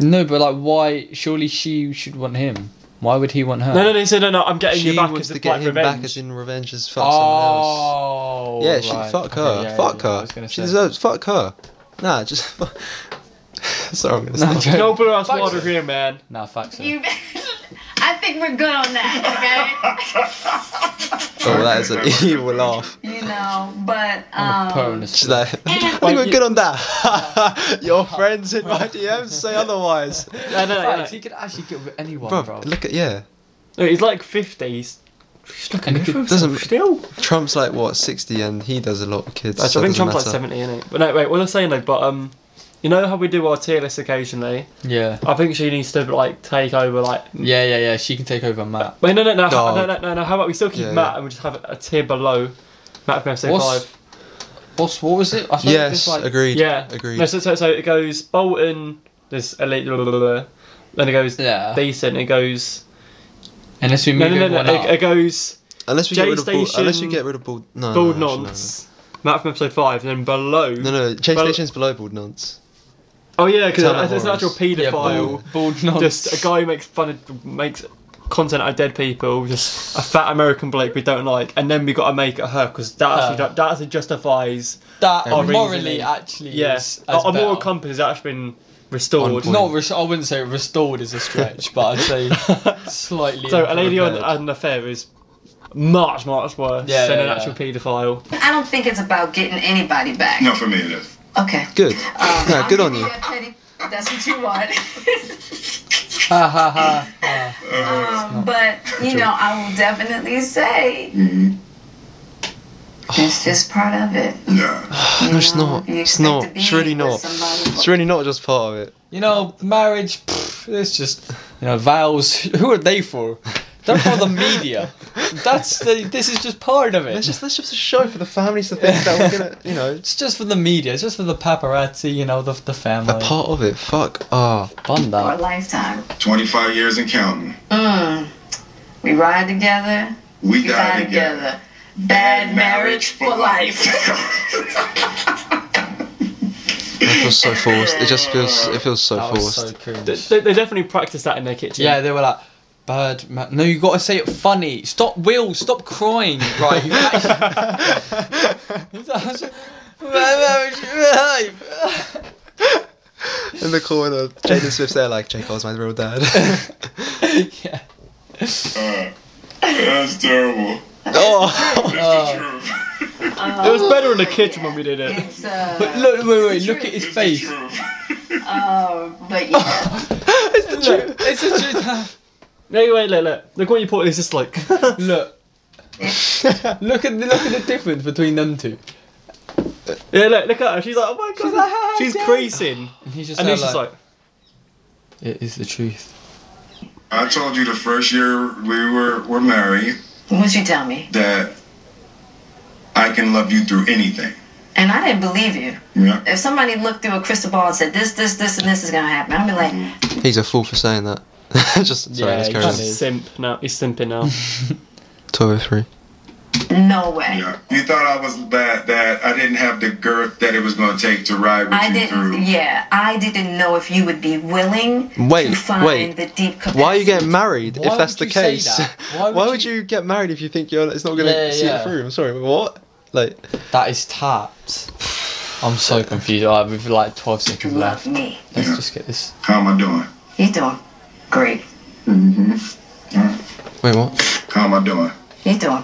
[SPEAKER 1] No, but like, why? Surely she should want him. Why would he want her?
[SPEAKER 3] No, no, no. He said, no, no. I'm getting
[SPEAKER 2] She
[SPEAKER 3] you back
[SPEAKER 2] wants
[SPEAKER 3] as
[SPEAKER 2] to
[SPEAKER 3] the
[SPEAKER 2] get
[SPEAKER 3] black
[SPEAKER 2] him
[SPEAKER 3] revenge.
[SPEAKER 2] back as in revenge as fuck someone else.
[SPEAKER 1] Oh.
[SPEAKER 2] Yeah, she
[SPEAKER 1] right.
[SPEAKER 2] fuck
[SPEAKER 1] Okay,
[SPEAKER 2] her.
[SPEAKER 1] yeah,
[SPEAKER 2] fuck
[SPEAKER 1] yeah, I
[SPEAKER 2] her.
[SPEAKER 1] was gonna
[SPEAKER 2] She
[SPEAKER 1] say.
[SPEAKER 2] deserves. Fuck her. Nah, just. sorry, I'm gonna
[SPEAKER 1] No,
[SPEAKER 2] stop.
[SPEAKER 1] joke.
[SPEAKER 3] Don't put her on
[SPEAKER 1] Fuck
[SPEAKER 3] water
[SPEAKER 1] it.
[SPEAKER 3] here, man.
[SPEAKER 1] Nah, fuck her.
[SPEAKER 4] you i think we're good on that
[SPEAKER 2] Oh, that is an evil laugh.
[SPEAKER 4] okay you know but
[SPEAKER 1] I'm gonna put her on
[SPEAKER 4] um
[SPEAKER 1] the
[SPEAKER 2] She's
[SPEAKER 1] spot.
[SPEAKER 2] like, I think we're good on that. Your friends in my DMs say otherwise.
[SPEAKER 3] No, no, no.
[SPEAKER 1] Fuck,
[SPEAKER 3] no.
[SPEAKER 1] He could actually get with anyone, bro.
[SPEAKER 2] Bro, look at yeah.
[SPEAKER 3] No, he's like 50. He's just looking
[SPEAKER 1] And
[SPEAKER 3] after
[SPEAKER 1] if it
[SPEAKER 3] himself
[SPEAKER 2] doesn't-
[SPEAKER 3] still.
[SPEAKER 2] Trump's like what sixty, and he does a lot with kids.
[SPEAKER 3] I
[SPEAKER 2] so it
[SPEAKER 3] think
[SPEAKER 2] doesn't
[SPEAKER 3] Trump's like
[SPEAKER 2] matter.
[SPEAKER 3] 70, innit? But no, wait. What I'm saying, like, but um, You know how we do our tier list occasionally.
[SPEAKER 1] Yeah.
[SPEAKER 3] I think she needs to like take over. Like,
[SPEAKER 1] Yeah, yeah, yeah. She can take over Matt.
[SPEAKER 3] wait, no, no, no, no,
[SPEAKER 2] No.
[SPEAKER 3] no, no, no, How about we still keep
[SPEAKER 2] Yeah,
[SPEAKER 3] Matt
[SPEAKER 2] yeah.
[SPEAKER 3] and we just have a tier below Matt from FC
[SPEAKER 1] What's-
[SPEAKER 3] Five?
[SPEAKER 1] What's what was it? I thought it
[SPEAKER 2] Yes,
[SPEAKER 1] was like-
[SPEAKER 2] agreed.
[SPEAKER 3] Yeah.
[SPEAKER 2] agreed.
[SPEAKER 3] No, so, so so it goes Bolton. There's elite. Blah, blah, blah, blah. Then it goes
[SPEAKER 1] Yeah.
[SPEAKER 3] decent. It goes
[SPEAKER 1] Unless we
[SPEAKER 3] no,
[SPEAKER 1] move
[SPEAKER 3] no, no, no.
[SPEAKER 1] everyone
[SPEAKER 3] It,
[SPEAKER 1] up.
[SPEAKER 3] it goes
[SPEAKER 2] unless we
[SPEAKER 3] J
[SPEAKER 2] get rid of Bald, unless you
[SPEAKER 3] Station,
[SPEAKER 2] get rid of Bald, no,
[SPEAKER 3] Bald
[SPEAKER 2] Oh, no, actually, no,
[SPEAKER 3] Nonce, Matt from episode five, and then below.
[SPEAKER 2] No, no, no. Chase
[SPEAKER 3] Well-
[SPEAKER 2] Station's below Bald Nonce.
[SPEAKER 3] Oh yeah, because
[SPEAKER 2] Tell
[SPEAKER 3] it's, it's an
[SPEAKER 2] Lawrence.
[SPEAKER 3] actual
[SPEAKER 1] Yeah,
[SPEAKER 3] paedophile.
[SPEAKER 1] bald, bald nonce.
[SPEAKER 3] just a guy who makes fun of makes content out of dead people. Just a fat American bloke we don't like, and then we got to make it her because that actually
[SPEAKER 1] Yeah.
[SPEAKER 3] ju- that actually justifies.
[SPEAKER 1] that
[SPEAKER 2] Everything.
[SPEAKER 1] morally actually
[SPEAKER 3] Yes,
[SPEAKER 1] is
[SPEAKER 3] yeah.
[SPEAKER 1] as
[SPEAKER 3] our our moral
[SPEAKER 1] better.
[SPEAKER 3] compass has actually been restored.
[SPEAKER 2] On
[SPEAKER 1] Not res- I wouldn't say restored is a stretch, but I'd say slightly.
[SPEAKER 3] So uh, a lady on
[SPEAKER 1] repaired.
[SPEAKER 3] an affair is much much worse
[SPEAKER 1] Yeah,
[SPEAKER 3] than
[SPEAKER 1] yeah,
[SPEAKER 3] an
[SPEAKER 1] yeah.
[SPEAKER 3] actual paedophile.
[SPEAKER 4] I don't think it's about getting anybody back.
[SPEAKER 5] No, for me it is.
[SPEAKER 4] Okay.
[SPEAKER 2] Good.
[SPEAKER 4] Um,
[SPEAKER 2] no,
[SPEAKER 4] I'll
[SPEAKER 2] good
[SPEAKER 4] give
[SPEAKER 2] on you.
[SPEAKER 4] that teddy- That's what you want.
[SPEAKER 1] Ha ha ha. ha.
[SPEAKER 4] Um, but you know, I will definitely say
[SPEAKER 2] Mm-hmm.
[SPEAKER 4] it's just part of it.
[SPEAKER 5] Yeah.
[SPEAKER 4] you
[SPEAKER 2] No, it's
[SPEAKER 4] know?
[SPEAKER 2] not.
[SPEAKER 4] You
[SPEAKER 2] It's
[SPEAKER 4] expect
[SPEAKER 2] not.
[SPEAKER 4] to be
[SPEAKER 2] It's really
[SPEAKER 4] with
[SPEAKER 2] not.
[SPEAKER 4] somebody-
[SPEAKER 2] It's really not just part of it.
[SPEAKER 1] You know, marriage. Pff, it's just you know vows. Who are they for? They're for the media. That's the, this is just part of it.
[SPEAKER 2] It's just that's just a show for the families to think that we're gonna, you know.
[SPEAKER 1] It's just for the media. It's just for the paparazzi. You know, the the family.
[SPEAKER 2] A part of it. Fuck. Ah.
[SPEAKER 1] Bun
[SPEAKER 4] For a
[SPEAKER 1] that.
[SPEAKER 4] lifetime.
[SPEAKER 5] 25 years and counting.
[SPEAKER 4] Mm. We ride together.
[SPEAKER 5] We
[SPEAKER 4] We die
[SPEAKER 5] die together.
[SPEAKER 4] together. Bad marriage for life.
[SPEAKER 2] It feels so forced. It just feels. It feels so
[SPEAKER 1] That was
[SPEAKER 2] forced.
[SPEAKER 1] so cringe.
[SPEAKER 3] They, they- they definitely practice that in their kitchen.
[SPEAKER 1] Yeah, they were like, "Bird, ma- no, you gotta say it funny. Stop, Will, stop crying." Right? you've actually-
[SPEAKER 2] In the corner, Jaden Smith's there, like Jake Cole's my real dad.
[SPEAKER 1] yeah.
[SPEAKER 5] That's terrible.
[SPEAKER 2] oh.
[SPEAKER 5] That's the truth.
[SPEAKER 3] it was better in the kitchen when we did it.
[SPEAKER 4] It's uh,
[SPEAKER 1] But look, wait, wait, look at his
[SPEAKER 5] It's
[SPEAKER 1] face.
[SPEAKER 5] the truth.
[SPEAKER 4] um, but yeah,
[SPEAKER 1] Look, it's the truth.
[SPEAKER 3] Wait, wait, look, look. Look what you put. It's just like
[SPEAKER 1] Look, look at the, look at the difference between them two.
[SPEAKER 3] yeah, look, look at her. She's like, oh my god, she's,
[SPEAKER 1] like, "Hi, Dad."
[SPEAKER 3] creasing,
[SPEAKER 1] And he's just,
[SPEAKER 3] and
[SPEAKER 1] there
[SPEAKER 3] then she's like,
[SPEAKER 1] "It is the truth."
[SPEAKER 5] I told you the first year we were, were married
[SPEAKER 4] what you tell me,
[SPEAKER 5] that I can love you through anything.
[SPEAKER 4] and I didn't believe you.
[SPEAKER 5] Yeah.
[SPEAKER 4] If somebody looked through a crystal ball and said this, this, this, and this is gonna happen, I'd be like,
[SPEAKER 2] He's a fool for saying that. just sorry,
[SPEAKER 1] Yeah,
[SPEAKER 2] let's
[SPEAKER 1] he
[SPEAKER 2] carry on.
[SPEAKER 3] That's
[SPEAKER 1] Apparently.
[SPEAKER 3] simp now. He's simping now.
[SPEAKER 2] Twelve oh three.
[SPEAKER 4] no way.
[SPEAKER 5] Yeah. You thought I was bad that I didn't have the girth that it was going to take to ride with
[SPEAKER 4] I
[SPEAKER 5] you
[SPEAKER 4] didn't.
[SPEAKER 5] through.
[SPEAKER 4] Yeah, I didn't know if you would be willing
[SPEAKER 2] Wait,
[SPEAKER 4] to find
[SPEAKER 2] wait.
[SPEAKER 4] the deep. Capacity.
[SPEAKER 2] Why are you getting married
[SPEAKER 1] Why
[SPEAKER 2] if that's
[SPEAKER 1] would you
[SPEAKER 2] the
[SPEAKER 1] say
[SPEAKER 2] case?
[SPEAKER 1] that?
[SPEAKER 2] Why, would, you... get married if you think you're it's not gonna
[SPEAKER 1] Yeah,
[SPEAKER 2] see
[SPEAKER 1] yeah.
[SPEAKER 2] it through? I'm sorry, but what? Like
[SPEAKER 1] That is tapped. I'm so confused. Alright, we've like 12
[SPEAKER 4] to
[SPEAKER 1] seconds left.
[SPEAKER 4] love me?
[SPEAKER 1] Let's just get this.
[SPEAKER 5] How am I doing?
[SPEAKER 4] You doing great.
[SPEAKER 2] wait, what?
[SPEAKER 5] How am I doing?
[SPEAKER 4] You doing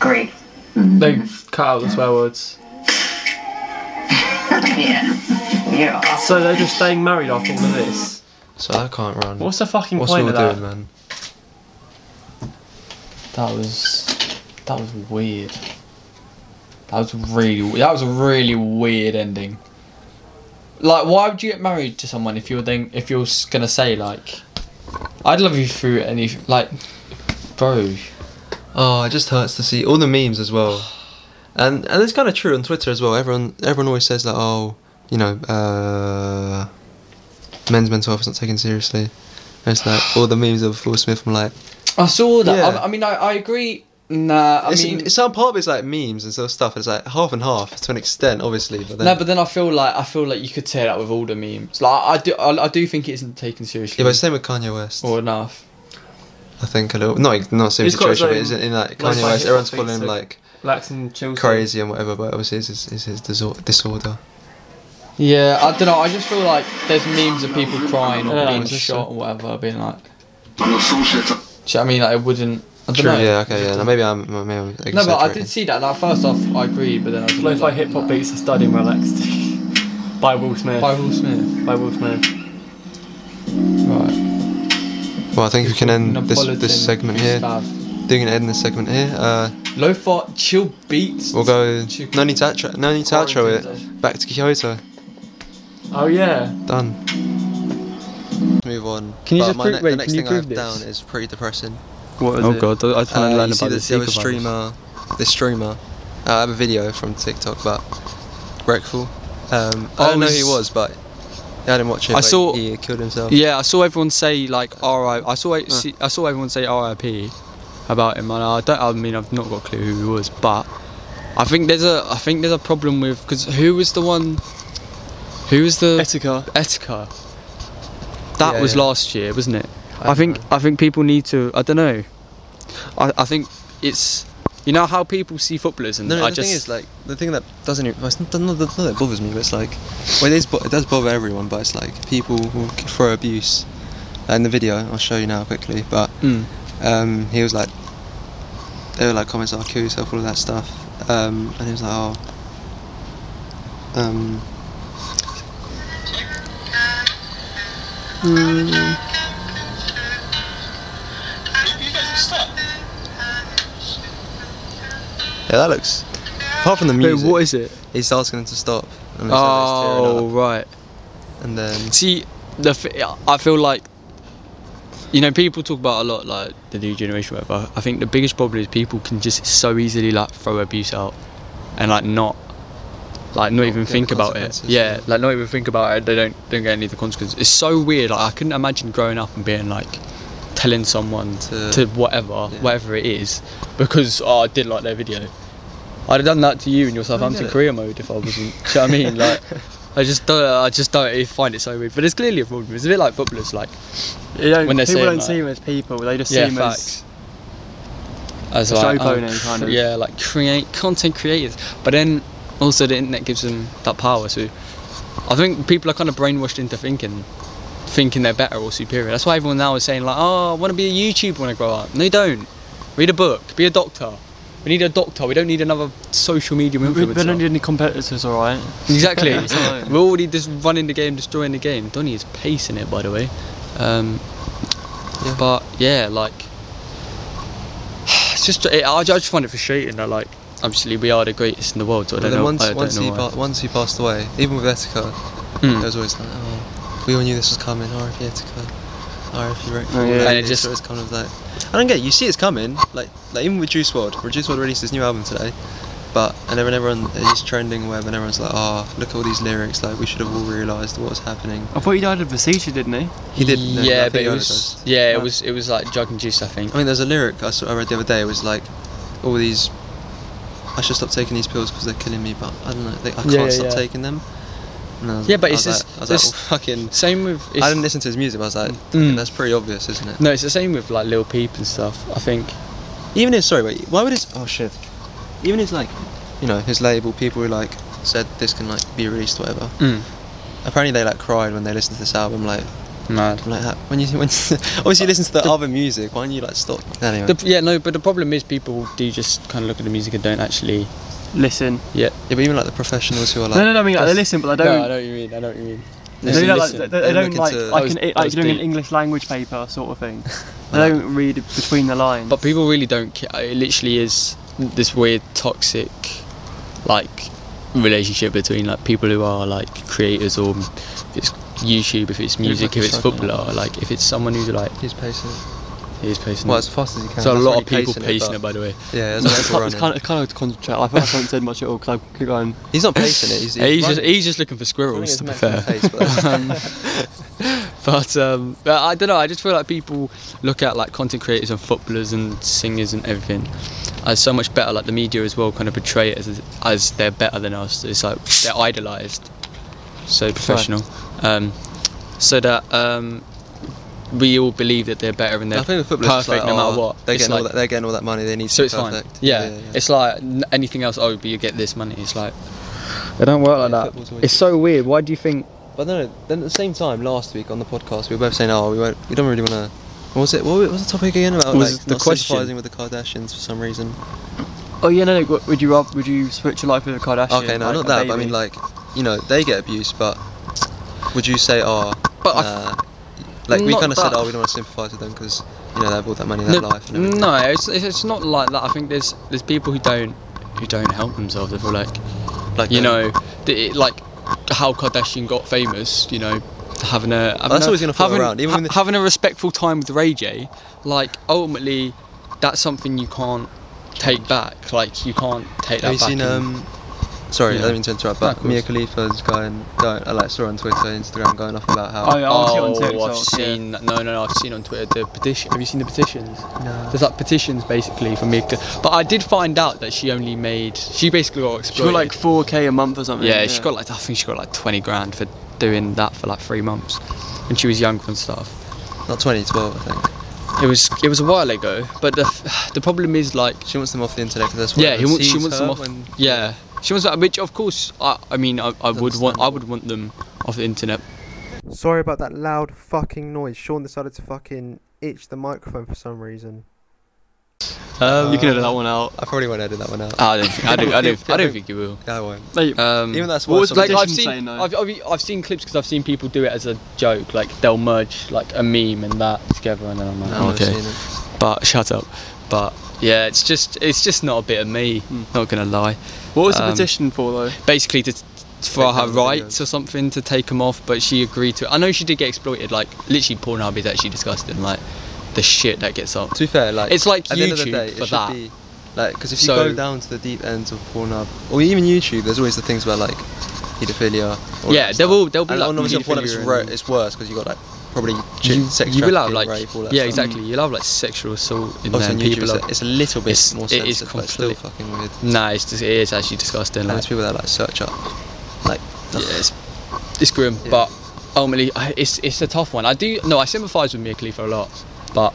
[SPEAKER 4] great.
[SPEAKER 3] they cut out the swear words.
[SPEAKER 4] Yeah, you're awesome.
[SPEAKER 3] So they're just staying married after all of this.
[SPEAKER 2] So I can't run.
[SPEAKER 3] What's the fucking
[SPEAKER 2] What's we
[SPEAKER 3] point
[SPEAKER 2] all
[SPEAKER 3] of
[SPEAKER 2] doing,
[SPEAKER 3] that?
[SPEAKER 2] man?
[SPEAKER 1] That was that was weird. That was really we- that was a really weird ending. Like, why would you get married to someone if you were then if you're s- gonna say like, I'd love you through any like, bro.
[SPEAKER 2] Oh, it just hurts to see all the memes as well, and and it's kind of true on Twitter as well. Everyone everyone always says that oh, you know, uh, men's mental health is not taken seriously. And it's like all the memes of Will Smith. I'm like,
[SPEAKER 1] I saw that.
[SPEAKER 2] Yeah.
[SPEAKER 1] I, I mean, I, I agree. Nah, I
[SPEAKER 2] it's,
[SPEAKER 1] mean,
[SPEAKER 2] it's some part of it's like memes and sort of stuff. It's like half and half to an extent, obviously. But then,
[SPEAKER 1] no, but then I feel like I feel like you could say that with all the memes. Like, I do, I, I do think it isn't taken seriously
[SPEAKER 2] yeah, but same with Kanye West.
[SPEAKER 1] or enough.
[SPEAKER 2] I think a little, not not same
[SPEAKER 3] He's got his
[SPEAKER 2] situation, but
[SPEAKER 3] own-
[SPEAKER 2] is in like
[SPEAKER 3] like,
[SPEAKER 2] Kanye
[SPEAKER 3] like,
[SPEAKER 2] West? Everyone's
[SPEAKER 3] hip-hop
[SPEAKER 2] calling him
[SPEAKER 3] beats,
[SPEAKER 2] like
[SPEAKER 3] Lax and Chilton.
[SPEAKER 2] crazy and whatever, but obviously it's his, it's his disor- disorder.
[SPEAKER 1] Yeah, I don't know. I just feel like there's memes of people crying or
[SPEAKER 3] Yeah,
[SPEAKER 1] being
[SPEAKER 3] it's
[SPEAKER 2] just-
[SPEAKER 1] shot or whatever, being like.
[SPEAKER 5] I'm a fool shit.
[SPEAKER 1] Do you know what I mean? Like, it wouldn't. I don't
[SPEAKER 2] True.
[SPEAKER 1] know.
[SPEAKER 2] Yeah. Okay. Yeah. No, maybe I'm. Maybe I'm
[SPEAKER 1] No, but I
[SPEAKER 2] exaggerating.
[SPEAKER 1] did see that. Like, first off, I agreed, but then I was
[SPEAKER 3] Lo-fi
[SPEAKER 1] like,
[SPEAKER 3] hip hop beats are studying relaxed. By Will Smith.
[SPEAKER 1] By
[SPEAKER 3] By,
[SPEAKER 1] Will Smith.
[SPEAKER 3] Will Smith.
[SPEAKER 1] Right.
[SPEAKER 2] Well, I think we can end this
[SPEAKER 1] Napolitan
[SPEAKER 2] this segment here.
[SPEAKER 1] Gustav.
[SPEAKER 2] Do you can end this segment here? Uh,
[SPEAKER 1] Lo-fi chill beats.
[SPEAKER 2] we'll go.
[SPEAKER 1] Chill-
[SPEAKER 2] No need to outro. No need to outro it. Back to Kyoto.
[SPEAKER 3] Oh yeah.
[SPEAKER 2] Done. Move on.
[SPEAKER 1] Can you
[SPEAKER 2] But
[SPEAKER 1] just
[SPEAKER 2] my
[SPEAKER 1] prove-
[SPEAKER 2] ne-
[SPEAKER 1] wait,
[SPEAKER 2] the next
[SPEAKER 1] can you
[SPEAKER 2] thing I
[SPEAKER 1] prove
[SPEAKER 2] have
[SPEAKER 1] this?
[SPEAKER 2] down is pretty depressing.
[SPEAKER 3] What
[SPEAKER 1] Oh god, I just want to
[SPEAKER 2] Uh,
[SPEAKER 1] learn
[SPEAKER 2] you see
[SPEAKER 1] about the
[SPEAKER 2] this the other
[SPEAKER 1] Zika virus.
[SPEAKER 2] streamer, this streamer. Uh, I have a video from TikTok, but Wreckful. Um, I
[SPEAKER 1] Oh,
[SPEAKER 2] don't know who he
[SPEAKER 1] he's-
[SPEAKER 2] was, but yeah, I didn't watch it.
[SPEAKER 1] I
[SPEAKER 2] but
[SPEAKER 1] saw-
[SPEAKER 2] he killed himself.
[SPEAKER 1] Yeah, I saw everyone say like RIP. I saw I, see, I saw everyone say RIP about him, and I don't. I mean, I've not got a clue who he was, but I think there's a I think there's a problem with because who was the one? Who was the
[SPEAKER 3] Etika.
[SPEAKER 1] Etika. That
[SPEAKER 2] Yeah,
[SPEAKER 1] was
[SPEAKER 2] yeah.
[SPEAKER 1] last year, wasn't it?
[SPEAKER 2] I
[SPEAKER 1] I, think I think people need to. I don't know. I, I think it's you know how people see footballers and
[SPEAKER 2] No, no,
[SPEAKER 1] I
[SPEAKER 2] the
[SPEAKER 1] just
[SPEAKER 2] thing is, like, the thing that doesn't, even- well, it's not, not, not that it bothers me, but it's like, well, it, is, bo- it does bother everyone, but it's like people who can throw abuse. In the video, I'll show you now quickly, but
[SPEAKER 1] Mm.
[SPEAKER 2] um, he was like, they were like comments like, kill yourself, all of that stuff, um, and he was like, oh, um, yeah, that looks. Apart from the
[SPEAKER 1] Wait,
[SPEAKER 2] music,
[SPEAKER 1] what is it?
[SPEAKER 2] he's asking them to stop. And they said it's tearing up.
[SPEAKER 1] Oh right.
[SPEAKER 2] and then
[SPEAKER 1] See, the f- I feel like you know people talk about a lot like the new generation, whatever. I think the biggest problem is people can just so easily like throw abuse out and like not like not even
[SPEAKER 2] get
[SPEAKER 1] think
[SPEAKER 2] the
[SPEAKER 1] about it.
[SPEAKER 2] consequences,
[SPEAKER 1] Yeah,
[SPEAKER 2] yeah.
[SPEAKER 1] like not even think about it. They don't don't get any of the consequences. It's so weird. Like I couldn't imagine growing up and being like telling someone
[SPEAKER 2] To-
[SPEAKER 1] to, whatever
[SPEAKER 2] yeah.
[SPEAKER 1] whatever it is because oh, I did like their video. I'd have done that to you in your Southampton
[SPEAKER 2] it.
[SPEAKER 1] career mode if I wasn't. do you know what I mean? Like, I just don't. I just don't I find it so weird. But it's clearly a problem. It's a bit like footballers. Like,
[SPEAKER 3] You don't,
[SPEAKER 1] When they're
[SPEAKER 3] people
[SPEAKER 1] saying
[SPEAKER 3] don't
[SPEAKER 1] that.
[SPEAKER 3] see him as people. They just
[SPEAKER 1] yeah,
[SPEAKER 3] see him
[SPEAKER 1] facts. As
[SPEAKER 3] as
[SPEAKER 1] like,
[SPEAKER 3] show
[SPEAKER 1] oh,
[SPEAKER 3] pony, kind of.
[SPEAKER 1] yeah, like create content creators. But then also the internet gives them that power. So I think people are kind of brainwashed into thinking, thinking they're better or superior. That's why everyone now is saying like, oh, I want to be a YouTuber when I grow up. No, you don't. Read a book. Be a doctor. We need a doctor. We don't need another social media
[SPEAKER 3] as.
[SPEAKER 1] influencer.
[SPEAKER 3] We don't need any competitors, alright?
[SPEAKER 1] Exactly.
[SPEAKER 3] Sorry.
[SPEAKER 1] We're already just running the game, destroying the game. Donny is pacing it, by the way. Um, But yeah, like it's just it, I, I just find it frustrating that like obviously we are the greatest in the world, so I
[SPEAKER 2] But
[SPEAKER 1] don't
[SPEAKER 2] then
[SPEAKER 1] know.
[SPEAKER 2] once
[SPEAKER 1] I don't
[SPEAKER 2] once
[SPEAKER 1] know
[SPEAKER 2] he uh,
[SPEAKER 1] why.
[SPEAKER 2] pa- once he passed away, even with Etika,
[SPEAKER 1] Mm.
[SPEAKER 2] it was always like, oh, we all knew this was coming. E RIP Etika, RIP Rex.
[SPEAKER 3] Oh, yeah.
[SPEAKER 1] And it just-
[SPEAKER 2] always coming with that. I don't get. It. You see, it's coming. Like like even with Juice WRLD, where Juice WRLD released his new album today, but and then everyone he's trending web and everyone's like, oh, look at all these lyrics. Like we should have all realised what was happening.
[SPEAKER 3] I thought he died of besieger, didn't he?
[SPEAKER 2] He did. no, I
[SPEAKER 1] yeah,
[SPEAKER 2] think
[SPEAKER 1] but
[SPEAKER 2] he Oh,
[SPEAKER 1] it was
[SPEAKER 2] overdosed.
[SPEAKER 1] yeah,
[SPEAKER 3] Yeah.
[SPEAKER 1] it was it was like drug and juice, I think.
[SPEAKER 2] I mean, there's a lyric I, saw, I read the other day. It was like, all these. I should stop taking these pills because they're killing me, but I don't know. They, I can't
[SPEAKER 1] Yeah, yeah,
[SPEAKER 2] stop
[SPEAKER 1] yeah.
[SPEAKER 2] taking them. And I was-
[SPEAKER 1] Yeah, but
[SPEAKER 2] I
[SPEAKER 1] it's
[SPEAKER 2] was
[SPEAKER 1] just-
[SPEAKER 2] Like, I was
[SPEAKER 1] it's-
[SPEAKER 2] like, "Oh, fucking.
[SPEAKER 1] Same with it's,
[SPEAKER 2] I didn't listen to his music. But I was like,
[SPEAKER 1] Mm.
[SPEAKER 2] that's pretty obvious, isn't it?
[SPEAKER 1] no, it's the same with like Lil Peep and stuff. I think
[SPEAKER 2] Even his. Sorry, wait. Why would his? Oh shit. Even his like, you know, his label people who like said this can like be released, whatever.
[SPEAKER 1] Mm.
[SPEAKER 2] Apparently they like cried when they listened to this album. Like,
[SPEAKER 1] mad.
[SPEAKER 2] like that. When you when obviously you listen to the other music, why don't you like stop? Anyway.
[SPEAKER 1] The, yeah, no, but the problem is people do just kind of look at the music and don't actually.
[SPEAKER 3] Listen.
[SPEAKER 1] Yeah.
[SPEAKER 2] yeah, but even like the professionals who are like.
[SPEAKER 3] no, no, no. I mean, like, they listen, but they don't.
[SPEAKER 1] no, I know what you mean. I know what you mean.
[SPEAKER 3] They
[SPEAKER 2] Listen,
[SPEAKER 3] don't, like,
[SPEAKER 2] listen.
[SPEAKER 3] they- they
[SPEAKER 2] Don't
[SPEAKER 3] don't
[SPEAKER 2] look
[SPEAKER 3] like
[SPEAKER 2] into-
[SPEAKER 3] like
[SPEAKER 1] That
[SPEAKER 3] an,
[SPEAKER 1] was-
[SPEAKER 3] like
[SPEAKER 1] that was
[SPEAKER 3] doing an
[SPEAKER 1] deep.
[SPEAKER 3] English language paper sort of thing. They don't read between the lines.
[SPEAKER 1] But people really don't care. It literally is this weird toxic, like, relationship between like people who are like creators or if it's YouTube, if it's music,
[SPEAKER 2] like
[SPEAKER 1] if it's
[SPEAKER 2] a shotgun.
[SPEAKER 1] footballer, like if it's someone who's like
[SPEAKER 2] He's pacing.
[SPEAKER 1] he's pacing.
[SPEAKER 2] Well,
[SPEAKER 1] it.
[SPEAKER 2] as fast as you can.
[SPEAKER 1] so a
[SPEAKER 2] That's
[SPEAKER 1] lot
[SPEAKER 2] really
[SPEAKER 1] of people
[SPEAKER 2] it,
[SPEAKER 1] pacing it,
[SPEAKER 2] but-
[SPEAKER 1] by the way.
[SPEAKER 2] Yeah, there's a lot of
[SPEAKER 3] it's
[SPEAKER 2] people
[SPEAKER 3] kind, it's
[SPEAKER 2] running.
[SPEAKER 3] kind of, kind of concentrate. I feel like I haven't said much at all because I keep going.
[SPEAKER 2] He's not pacing it. He's, he's,
[SPEAKER 1] He's just
[SPEAKER 2] running.
[SPEAKER 1] he's just looking for
[SPEAKER 2] Running
[SPEAKER 1] squirrels, to be
[SPEAKER 2] his maximum
[SPEAKER 1] fair.
[SPEAKER 2] pace, but that's-
[SPEAKER 1] um, but um, but I don't know. I just feel like people look at like content creators and footballers and singers and everything as so much better. Like the media as well, kind of portray it as as they're better than us. It's like they're idolised, so professional. Um, so that um, we all believe that they're better and they're
[SPEAKER 2] I think the
[SPEAKER 1] perfect
[SPEAKER 2] footballers just like,
[SPEAKER 1] no matter
[SPEAKER 2] oh,
[SPEAKER 1] what.
[SPEAKER 2] They're
[SPEAKER 1] It's
[SPEAKER 2] getting, all
[SPEAKER 1] like-
[SPEAKER 2] that, they're getting all that money. They need
[SPEAKER 1] so
[SPEAKER 2] to
[SPEAKER 1] it's
[SPEAKER 2] be
[SPEAKER 1] fine.
[SPEAKER 2] perfect.
[SPEAKER 1] Yeah. it's like n- anything else. Oh, but you get this money. It's like it don't work
[SPEAKER 2] Yeah, that. football's always It's so
[SPEAKER 1] weird. Why do you think?
[SPEAKER 2] but no, then at the same time, last week on the podcast, we were both saying, "Oh, we won't, we don't really want to." What was it? What was the topic again about?
[SPEAKER 1] Was
[SPEAKER 2] like,
[SPEAKER 1] the
[SPEAKER 2] not
[SPEAKER 1] question.
[SPEAKER 2] sympathising with the Kardashians for some reason.
[SPEAKER 3] Oh yeah, no, no. w- Would you rather, would you switch your life with a Kardashian?
[SPEAKER 2] okay, no,
[SPEAKER 3] like
[SPEAKER 2] not
[SPEAKER 3] a
[SPEAKER 2] that. But I
[SPEAKER 3] baby?
[SPEAKER 2] mean, like, you know, they get abused, but would you say, "Oh,
[SPEAKER 1] But I
[SPEAKER 2] uh, like we
[SPEAKER 1] not
[SPEAKER 2] kind of said,
[SPEAKER 1] that.
[SPEAKER 2] "Oh, we don't want to sympathise with them because you know they have all that money,
[SPEAKER 1] No,
[SPEAKER 2] that life." And everything.
[SPEAKER 1] no, it's, it's it's not like that. I think there's there's people who don't who don't help themselves. They feel like
[SPEAKER 2] like
[SPEAKER 1] mm, you
[SPEAKER 2] the-
[SPEAKER 1] know, th- it, like how Kardashian got famous, you know, having a having a,
[SPEAKER 2] that's always gonna float
[SPEAKER 1] having,
[SPEAKER 2] around, even
[SPEAKER 1] ha-
[SPEAKER 2] when the-
[SPEAKER 1] having a respectful time with Ray J. Like ultimately, that's something you can't take back. Like you can't take that
[SPEAKER 2] Have you
[SPEAKER 1] back.
[SPEAKER 2] seen
[SPEAKER 1] and-
[SPEAKER 2] um? Sorry,
[SPEAKER 1] Yeah.
[SPEAKER 2] I didn't mean to interrupt,
[SPEAKER 1] No,
[SPEAKER 2] but
[SPEAKER 1] of
[SPEAKER 2] Mia
[SPEAKER 1] course.
[SPEAKER 2] Khalifa's going. Going, I like saw her on Twitter, Instagram, going off about how.
[SPEAKER 3] Oh, yeah, I see it on
[SPEAKER 1] Oh,
[SPEAKER 3] TikTok,
[SPEAKER 1] I've
[SPEAKER 3] yeah.
[SPEAKER 1] seen no, no, no. I've seen on Twitter the petition. Have you seen the petitions?
[SPEAKER 2] No.
[SPEAKER 1] There's like petitions basically for Mia. Khal- But I did find out that she only made. She basically got
[SPEAKER 3] She
[SPEAKER 1] exploited.
[SPEAKER 3] got like 4k a month or something.
[SPEAKER 1] yeah, she got like I think she got like 20 grand for doing that for like three months when she was younger and stuff.
[SPEAKER 2] Not 2012, I think.
[SPEAKER 1] It was it was a while ago, but the f- the problem is like
[SPEAKER 2] She wants them off the internet because that's what.
[SPEAKER 1] yeah, he wants, she wants them off.
[SPEAKER 2] When,
[SPEAKER 1] yeah, she wants that. Which of course, I, I mean, I, I would want I
[SPEAKER 2] Understandable.
[SPEAKER 1] would want them off the internet.
[SPEAKER 7] Sorry about that loud fucking noise. Sean decided to fucking itch the microphone for some reason.
[SPEAKER 1] Um,
[SPEAKER 3] You can edit that one out.
[SPEAKER 2] I probably won't edit that one out.
[SPEAKER 1] I don't, think, I don't, I don't, I don't think you will.
[SPEAKER 2] Yeah, I won't.
[SPEAKER 3] Mate,
[SPEAKER 1] Um,
[SPEAKER 2] Even that's
[SPEAKER 3] what
[SPEAKER 2] what.
[SPEAKER 3] was
[SPEAKER 2] some
[SPEAKER 1] like I've
[SPEAKER 3] Petition saying
[SPEAKER 1] seen,
[SPEAKER 3] no.
[SPEAKER 1] I've, I've, I've seen clips because I've seen people do it as a joke. Like they'll merge like a meme and that together, and then I'm like,
[SPEAKER 2] I've never
[SPEAKER 1] okay,
[SPEAKER 2] seen it.
[SPEAKER 1] but shut up. But yeah, it's just it's just not a bit of me.
[SPEAKER 2] Hmm.
[SPEAKER 1] Not gonna lie.
[SPEAKER 3] what was the
[SPEAKER 1] um,
[SPEAKER 3] petition for though?
[SPEAKER 1] basically to for
[SPEAKER 2] Take
[SPEAKER 1] her
[SPEAKER 2] down the
[SPEAKER 1] rights
[SPEAKER 2] videos.
[SPEAKER 1] or something to take them off, but she agreed to. it. I know she did get exploited. Like literally, Pornhub is actually disgusting. Like the shit that gets up.
[SPEAKER 2] To be fair, like
[SPEAKER 1] It's like
[SPEAKER 2] at the end of the
[SPEAKER 1] YouTube
[SPEAKER 2] day,
[SPEAKER 1] for
[SPEAKER 2] it should
[SPEAKER 1] that.
[SPEAKER 2] be like because if
[SPEAKER 1] So-
[SPEAKER 2] you go down to the deep ends of Pornhub or even YouTube, there's always the things where like pedophilia. Or
[SPEAKER 1] Yeah, there will- there'll be,
[SPEAKER 2] and
[SPEAKER 1] like,
[SPEAKER 2] on obviously on Pornhub it's,
[SPEAKER 1] paedophilia
[SPEAKER 2] ro-
[SPEAKER 1] and-
[SPEAKER 2] it's worse because you got like probably chick, sex
[SPEAKER 1] you will have
[SPEAKER 2] trafficking,
[SPEAKER 1] like
[SPEAKER 2] rape, all that
[SPEAKER 1] yeah,
[SPEAKER 2] stuff. Oh,
[SPEAKER 1] exactly. You'll have like sexual assault in there.
[SPEAKER 2] Obviously
[SPEAKER 1] and
[SPEAKER 2] on YouTube,
[SPEAKER 1] People
[SPEAKER 2] it's,
[SPEAKER 1] are,
[SPEAKER 2] a, it's a little bit
[SPEAKER 1] it's-
[SPEAKER 2] more
[SPEAKER 1] it is
[SPEAKER 2] censored, but it's still
[SPEAKER 1] complete-
[SPEAKER 2] fucking weird.
[SPEAKER 1] nah, it's just, it is actually disgusting.
[SPEAKER 2] And
[SPEAKER 1] Like
[SPEAKER 2] there's people that like search up, like
[SPEAKER 1] yeah, it's, it's grim,
[SPEAKER 2] Yeah.
[SPEAKER 1] but ultimately I- it's it's a tough one. I do no, I sympathise with Mia Khalifa a lot, but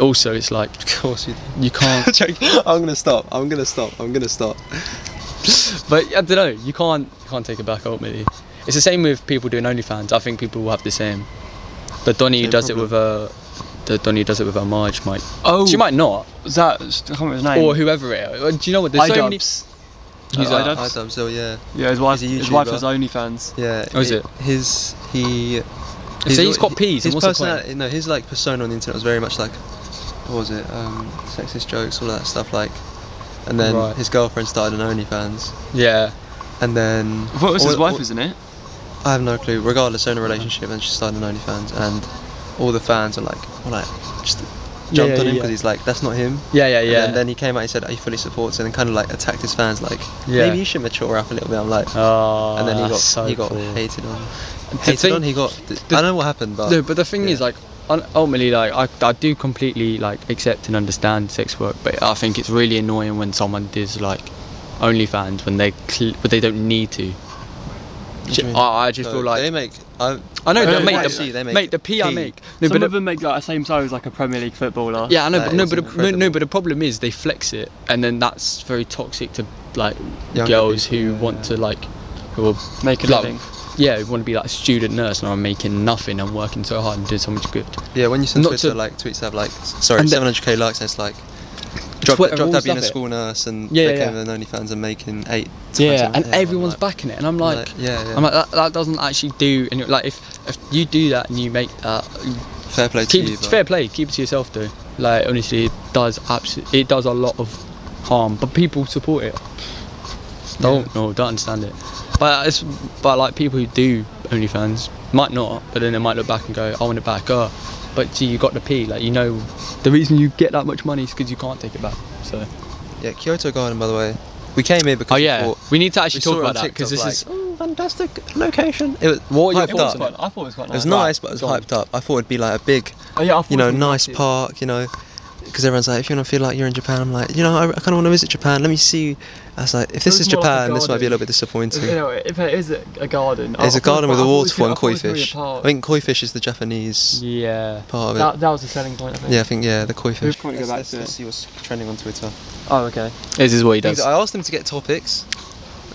[SPEAKER 1] also it's like
[SPEAKER 2] of course you.
[SPEAKER 1] you can't.
[SPEAKER 2] I'm gonna stop. I'm gonna stop. I'm gonna stop.
[SPEAKER 1] But I don't know. You can't you can't take it back ultimately. It's the same with people doing OnlyFans. I think people will have the same. The Donny
[SPEAKER 2] Same
[SPEAKER 1] does it
[SPEAKER 2] problem.
[SPEAKER 1] with her. The Donny does it with her Marge might.
[SPEAKER 3] Oh,
[SPEAKER 1] She might not,
[SPEAKER 3] that I can't remember his name.
[SPEAKER 1] or whoever it. uh, Do you know what? There's so many.
[SPEAKER 3] iDubbbz.
[SPEAKER 1] Who's
[SPEAKER 3] Uh,
[SPEAKER 1] that?
[SPEAKER 3] iDubbbz?
[SPEAKER 2] I don't. So yeah,
[SPEAKER 3] Yeah, his wife.
[SPEAKER 2] He's a
[SPEAKER 3] His wife
[SPEAKER 2] YouTuber.
[SPEAKER 3] has OnlyFans.
[SPEAKER 2] yeah.
[SPEAKER 1] Oh, is
[SPEAKER 2] he-
[SPEAKER 1] it?
[SPEAKER 2] His he
[SPEAKER 1] If so he's got peas,
[SPEAKER 2] His
[SPEAKER 1] then what's the point?
[SPEAKER 2] personality, no, his like persona on the internet was very much like, what was it, um, sexist jokes, all that stuff. Like, and then
[SPEAKER 1] Right.
[SPEAKER 2] his girlfriend started an OnlyFans,
[SPEAKER 1] Yeah.
[SPEAKER 2] and then
[SPEAKER 3] What was his
[SPEAKER 2] all-
[SPEAKER 3] wife,
[SPEAKER 2] all-
[SPEAKER 3] isn't it?
[SPEAKER 2] I have no clue. Regardless, they're in a relationship, and she started an OnlyFans, and all the fans are like, all right, just jumped
[SPEAKER 1] yeah,
[SPEAKER 2] on him
[SPEAKER 1] yeah,
[SPEAKER 2] because
[SPEAKER 1] yeah.
[SPEAKER 2] he's like, that's not him.
[SPEAKER 1] Yeah, yeah,
[SPEAKER 2] And
[SPEAKER 1] yeah.
[SPEAKER 2] then, then he came out and said he fully supports it and kind of like attacked his fans like
[SPEAKER 1] Yeah.
[SPEAKER 2] maybe you should mature up a little bit. I'm like,
[SPEAKER 1] oh,
[SPEAKER 2] and then he got
[SPEAKER 1] that's so
[SPEAKER 2] he got
[SPEAKER 1] cool.
[SPEAKER 2] hated on.
[SPEAKER 1] The
[SPEAKER 2] Hated
[SPEAKER 1] thing-
[SPEAKER 2] on. He got. I don't know what happened, but
[SPEAKER 1] No, but the thing is,
[SPEAKER 2] yeah.
[SPEAKER 1] like, un- ultimately, like, I, I do completely like accept and understand sex work, but I think it's really annoying when someone does like OnlyFans when they cl- but they don't need to.
[SPEAKER 2] do you mean?
[SPEAKER 1] I, I just
[SPEAKER 2] So
[SPEAKER 1] feel like
[SPEAKER 2] they make. I,
[SPEAKER 1] I know,
[SPEAKER 3] Oh,
[SPEAKER 1] they
[SPEAKER 3] yeah,
[SPEAKER 1] mate,
[SPEAKER 3] yeah,
[SPEAKER 1] the,
[SPEAKER 2] yeah, they make
[SPEAKER 1] mate, the P I
[SPEAKER 2] tea.
[SPEAKER 1] make. No,
[SPEAKER 3] Some
[SPEAKER 1] but
[SPEAKER 3] of
[SPEAKER 1] the,
[SPEAKER 3] them make like the same size like a Premier League footballer.
[SPEAKER 1] yeah, I know,
[SPEAKER 2] That
[SPEAKER 1] but no,
[SPEAKER 2] is
[SPEAKER 1] but the, no, no,
[SPEAKER 2] incredible.
[SPEAKER 1] but the problem is they flex it, and then that's very toxic to like
[SPEAKER 2] Younger
[SPEAKER 1] girls
[SPEAKER 2] people,
[SPEAKER 1] who
[SPEAKER 2] yeah,
[SPEAKER 1] want
[SPEAKER 2] yeah.
[SPEAKER 1] to like who are
[SPEAKER 3] Make a
[SPEAKER 1] like,
[SPEAKER 3] living.
[SPEAKER 1] Yeah, who want to be like a student nurse, and I'm making nothing. I'm working so hard and doing so much good.
[SPEAKER 2] Yeah, when you send
[SPEAKER 1] Not
[SPEAKER 2] Twitter
[SPEAKER 1] to-
[SPEAKER 2] like tweets that have like s- sorry
[SPEAKER 1] And the-
[SPEAKER 2] 700k likes, and it's like drop
[SPEAKER 1] Twitter
[SPEAKER 2] dropped
[SPEAKER 1] rules
[SPEAKER 2] out being a
[SPEAKER 1] love it.
[SPEAKER 2] school nurse and
[SPEAKER 1] Yeah, yeah,
[SPEAKER 2] became an OnlyFans and making eight.
[SPEAKER 1] Yeah,
[SPEAKER 2] times a
[SPEAKER 1] and
[SPEAKER 2] day. I'm
[SPEAKER 1] everyone's
[SPEAKER 2] like-
[SPEAKER 1] backing it, and I'm
[SPEAKER 2] I'm
[SPEAKER 1] like,
[SPEAKER 2] yeah, yeah.
[SPEAKER 1] I'm like that, that doesn't actually do any like if if you do that and you make that
[SPEAKER 2] fair play to
[SPEAKER 1] keep
[SPEAKER 2] you.
[SPEAKER 1] it's
[SPEAKER 2] but-
[SPEAKER 1] fair play keep it to yourself though like honestly it does absolutely it does a lot of harm but people support it don't no don't understand it but it's but like people who do OnlyFans might not but then they might look back and go I want it back oh but see you got the P like you know the reason you get that much money is because you can't take it back so
[SPEAKER 2] Yeah, Kyoto Garden, by the way. We came here because
[SPEAKER 1] oh
[SPEAKER 2] we
[SPEAKER 1] yeah
[SPEAKER 2] thought-
[SPEAKER 1] we need to actually
[SPEAKER 2] we
[SPEAKER 1] talk
[SPEAKER 2] saw it on
[SPEAKER 1] about that because this
[SPEAKER 2] TikTok,
[SPEAKER 1] is
[SPEAKER 2] like, "Ooh, fantastic location. It was what
[SPEAKER 1] are your
[SPEAKER 2] hyped
[SPEAKER 1] thoughts
[SPEAKER 2] up.
[SPEAKER 1] on
[SPEAKER 2] It
[SPEAKER 1] it?
[SPEAKER 3] I thought it was quite nice.
[SPEAKER 2] was nice, but it was
[SPEAKER 1] go on.
[SPEAKER 2] hyped up. I thought it'd be like a big,
[SPEAKER 3] Oh, yeah, I thought
[SPEAKER 2] you
[SPEAKER 3] it
[SPEAKER 2] know,
[SPEAKER 3] was
[SPEAKER 2] nice
[SPEAKER 3] nice.
[SPEAKER 2] park. You know, because everyone's like, if you want to feel like you're in Japan, I'm like, you know, I, I kind of want to visit Japan. Let me see. I was like, if this
[SPEAKER 3] was
[SPEAKER 2] is
[SPEAKER 3] more like a
[SPEAKER 2] Japan, this might be a
[SPEAKER 3] garden.
[SPEAKER 2] little bit disappointing.
[SPEAKER 3] You know, if it is a, a garden, I-
[SPEAKER 2] There's
[SPEAKER 3] I
[SPEAKER 2] a
[SPEAKER 3] thought-
[SPEAKER 2] garden
[SPEAKER 3] I
[SPEAKER 2] with a
[SPEAKER 3] thought it was
[SPEAKER 2] waterfall
[SPEAKER 3] gonna-
[SPEAKER 2] and
[SPEAKER 3] I thought it
[SPEAKER 2] koi
[SPEAKER 3] was gonna be a
[SPEAKER 2] fish. I
[SPEAKER 3] park.
[SPEAKER 2] think koi fish is the Japanese
[SPEAKER 1] yeah
[SPEAKER 2] part of
[SPEAKER 3] That,
[SPEAKER 2] it.
[SPEAKER 3] that was the selling point. I think.
[SPEAKER 2] Yeah, I think yeah, the koi
[SPEAKER 3] We'll
[SPEAKER 2] fish.
[SPEAKER 3] probably go back to it.
[SPEAKER 2] see what's trending on Twitter.
[SPEAKER 3] Oh, okay.
[SPEAKER 1] this is what he does
[SPEAKER 2] I asked them to get topics.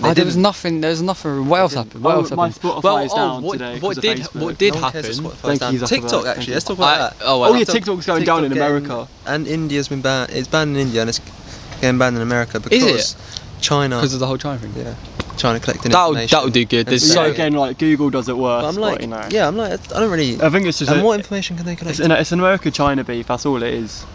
[SPEAKER 1] Oh, there was uh, nothing. There was nothing. What else
[SPEAKER 2] didn't.
[SPEAKER 1] happened? What
[SPEAKER 3] Oh,
[SPEAKER 1] else
[SPEAKER 3] my
[SPEAKER 1] happened?
[SPEAKER 3] Spotify is down
[SPEAKER 1] what,
[SPEAKER 3] today 'cause
[SPEAKER 1] what
[SPEAKER 3] of
[SPEAKER 1] did
[SPEAKER 3] Facebook.
[SPEAKER 1] what did happen?
[SPEAKER 3] Thank you, Zuckerberg.
[SPEAKER 2] TikTok
[SPEAKER 3] Thank
[SPEAKER 2] actually.
[SPEAKER 3] you.
[SPEAKER 2] Let's talk about
[SPEAKER 1] I-
[SPEAKER 2] that.
[SPEAKER 1] oh, well,
[SPEAKER 3] Oh, yeah,
[SPEAKER 1] that's-
[SPEAKER 3] TikTok's going down in
[SPEAKER 2] TikTok
[SPEAKER 3] America.
[SPEAKER 2] getting- And India's been banned. It's banned in India and it's getting banned in America because China.
[SPEAKER 1] because of the whole China thing.
[SPEAKER 2] yeah, China collecting
[SPEAKER 1] That'll-
[SPEAKER 2] information.
[SPEAKER 1] that'll do good.
[SPEAKER 2] And
[SPEAKER 1] There's
[SPEAKER 3] But yeah,
[SPEAKER 1] so-
[SPEAKER 2] saying it.
[SPEAKER 3] again, like Google does it worse.
[SPEAKER 2] But I'm
[SPEAKER 3] but, you know.
[SPEAKER 2] like, yeah, I'm like, I don't really.
[SPEAKER 3] I think it's just.
[SPEAKER 2] And
[SPEAKER 3] a-
[SPEAKER 2] what information can they collect?
[SPEAKER 3] It's an, it's an America China beef. That's all it is.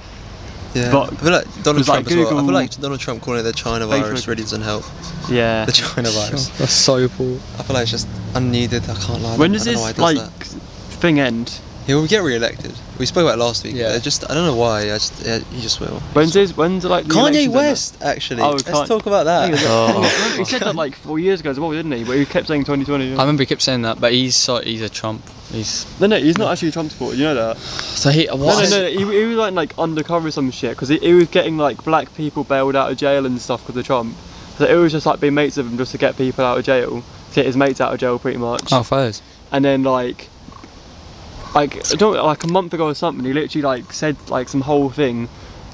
[SPEAKER 2] Yeah.
[SPEAKER 1] But-
[SPEAKER 2] I feel like Donald
[SPEAKER 1] because, like,
[SPEAKER 2] Trump as well. I
[SPEAKER 1] Google-
[SPEAKER 2] feel like Donald Trump calling it the China
[SPEAKER 1] Thank you
[SPEAKER 2] virus
[SPEAKER 1] for-
[SPEAKER 2] really doesn't help.
[SPEAKER 3] Yeah.
[SPEAKER 2] The China virus.
[SPEAKER 1] That's so poor.
[SPEAKER 2] I feel like it's just unneeded. I can't lie.
[SPEAKER 3] When
[SPEAKER 2] I
[SPEAKER 3] does
[SPEAKER 2] don't know why
[SPEAKER 3] this
[SPEAKER 2] he does
[SPEAKER 3] like thing end?
[SPEAKER 2] that. He will get re-elected. We spoke about it last week.
[SPEAKER 1] Yeah.
[SPEAKER 2] Yeah. Just I don't know why. I just yeah, he just will.
[SPEAKER 3] When's this? When's like the
[SPEAKER 2] Kanye
[SPEAKER 3] elections end?
[SPEAKER 2] West actually.
[SPEAKER 3] Oh,
[SPEAKER 2] Let's
[SPEAKER 3] Kanye-
[SPEAKER 2] talk about that.
[SPEAKER 3] Oh. He said that like four years ago as well, didn't he? But he kept saying 2020.
[SPEAKER 1] I remember he kept saying that, but he's so, he's a Trump. He's
[SPEAKER 3] no, no, he's not actually a Trump supporter. You know that.
[SPEAKER 1] so he.
[SPEAKER 3] No,
[SPEAKER 1] What?
[SPEAKER 3] no, no. He, he was like, like undercover or some shit because he, he was getting like black people bailed out of jail and stuff because of Trump. So it was just like being mates with him just to get people out of jail, to get his mates out of jail pretty much.
[SPEAKER 1] Oh, fires.
[SPEAKER 3] And then like, like I don't like a month ago or something, he literally like said like some whole thing,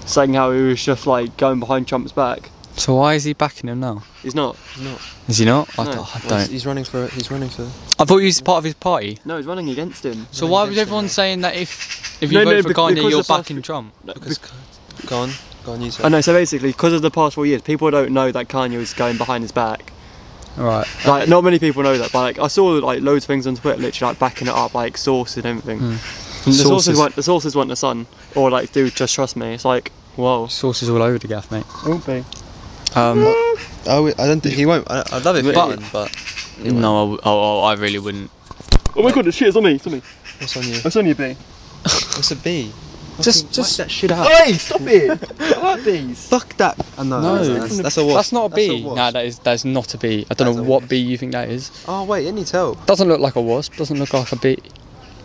[SPEAKER 3] saying how he was just like going behind Trump's back.
[SPEAKER 1] So why is he backing him now?
[SPEAKER 3] He's not.
[SPEAKER 1] Is he not? I
[SPEAKER 3] No.
[SPEAKER 1] don't. I,
[SPEAKER 2] Well, he's-
[SPEAKER 1] don't.
[SPEAKER 2] He's running for. He's running for.
[SPEAKER 1] I thought he was part of his party.
[SPEAKER 3] No, he's running against him.
[SPEAKER 1] So why was
[SPEAKER 2] Against
[SPEAKER 1] everyone
[SPEAKER 2] him.
[SPEAKER 1] saying that if if you
[SPEAKER 3] No,
[SPEAKER 1] vote
[SPEAKER 3] no,
[SPEAKER 1] for
[SPEAKER 3] bec-
[SPEAKER 1] Kanye,
[SPEAKER 3] because
[SPEAKER 1] you're
[SPEAKER 3] of South
[SPEAKER 1] backing
[SPEAKER 3] Af-
[SPEAKER 1] Trump?
[SPEAKER 3] No,
[SPEAKER 2] Because go on, go on, you say.
[SPEAKER 3] I know. So basically, because of the past four years, people don't know that Kanye was going behind his back.
[SPEAKER 1] Right.
[SPEAKER 3] Like, not many people know that. But like, I saw like loads of things on Twitter, literally like backing it up, like sources and everything. And the Hmm. sources.
[SPEAKER 1] Sources.
[SPEAKER 3] weren't the sources weren't the sun, or like, dude, just trust me. It's like, whoa.
[SPEAKER 1] Sources all over the gaff, mate.
[SPEAKER 3] Okay.
[SPEAKER 1] Um,
[SPEAKER 2] I, w- I don't think he won't. I, I'd love it,
[SPEAKER 1] But-
[SPEAKER 2] but, but
[SPEAKER 1] no, I, oh, oh, I really wouldn't.
[SPEAKER 3] Oh my god, it's shit! It's on me. It's on me.
[SPEAKER 2] what's on you?
[SPEAKER 3] It's on you, B.
[SPEAKER 2] What's a B?
[SPEAKER 1] Just, just
[SPEAKER 2] that shit out.
[SPEAKER 3] Hey, stop it! I like these.
[SPEAKER 2] Fuck that. Uh, no,
[SPEAKER 1] No.
[SPEAKER 2] that's, that's a what?
[SPEAKER 1] that's not a bee.
[SPEAKER 2] wasp.
[SPEAKER 1] Nah, that is that is not a bee. I don't
[SPEAKER 2] That's
[SPEAKER 1] know
[SPEAKER 2] a
[SPEAKER 1] what bee you think that is.
[SPEAKER 2] Oh wait, any help?
[SPEAKER 1] Doesn't look like a wasp. Doesn't look like a bee.
[SPEAKER 2] It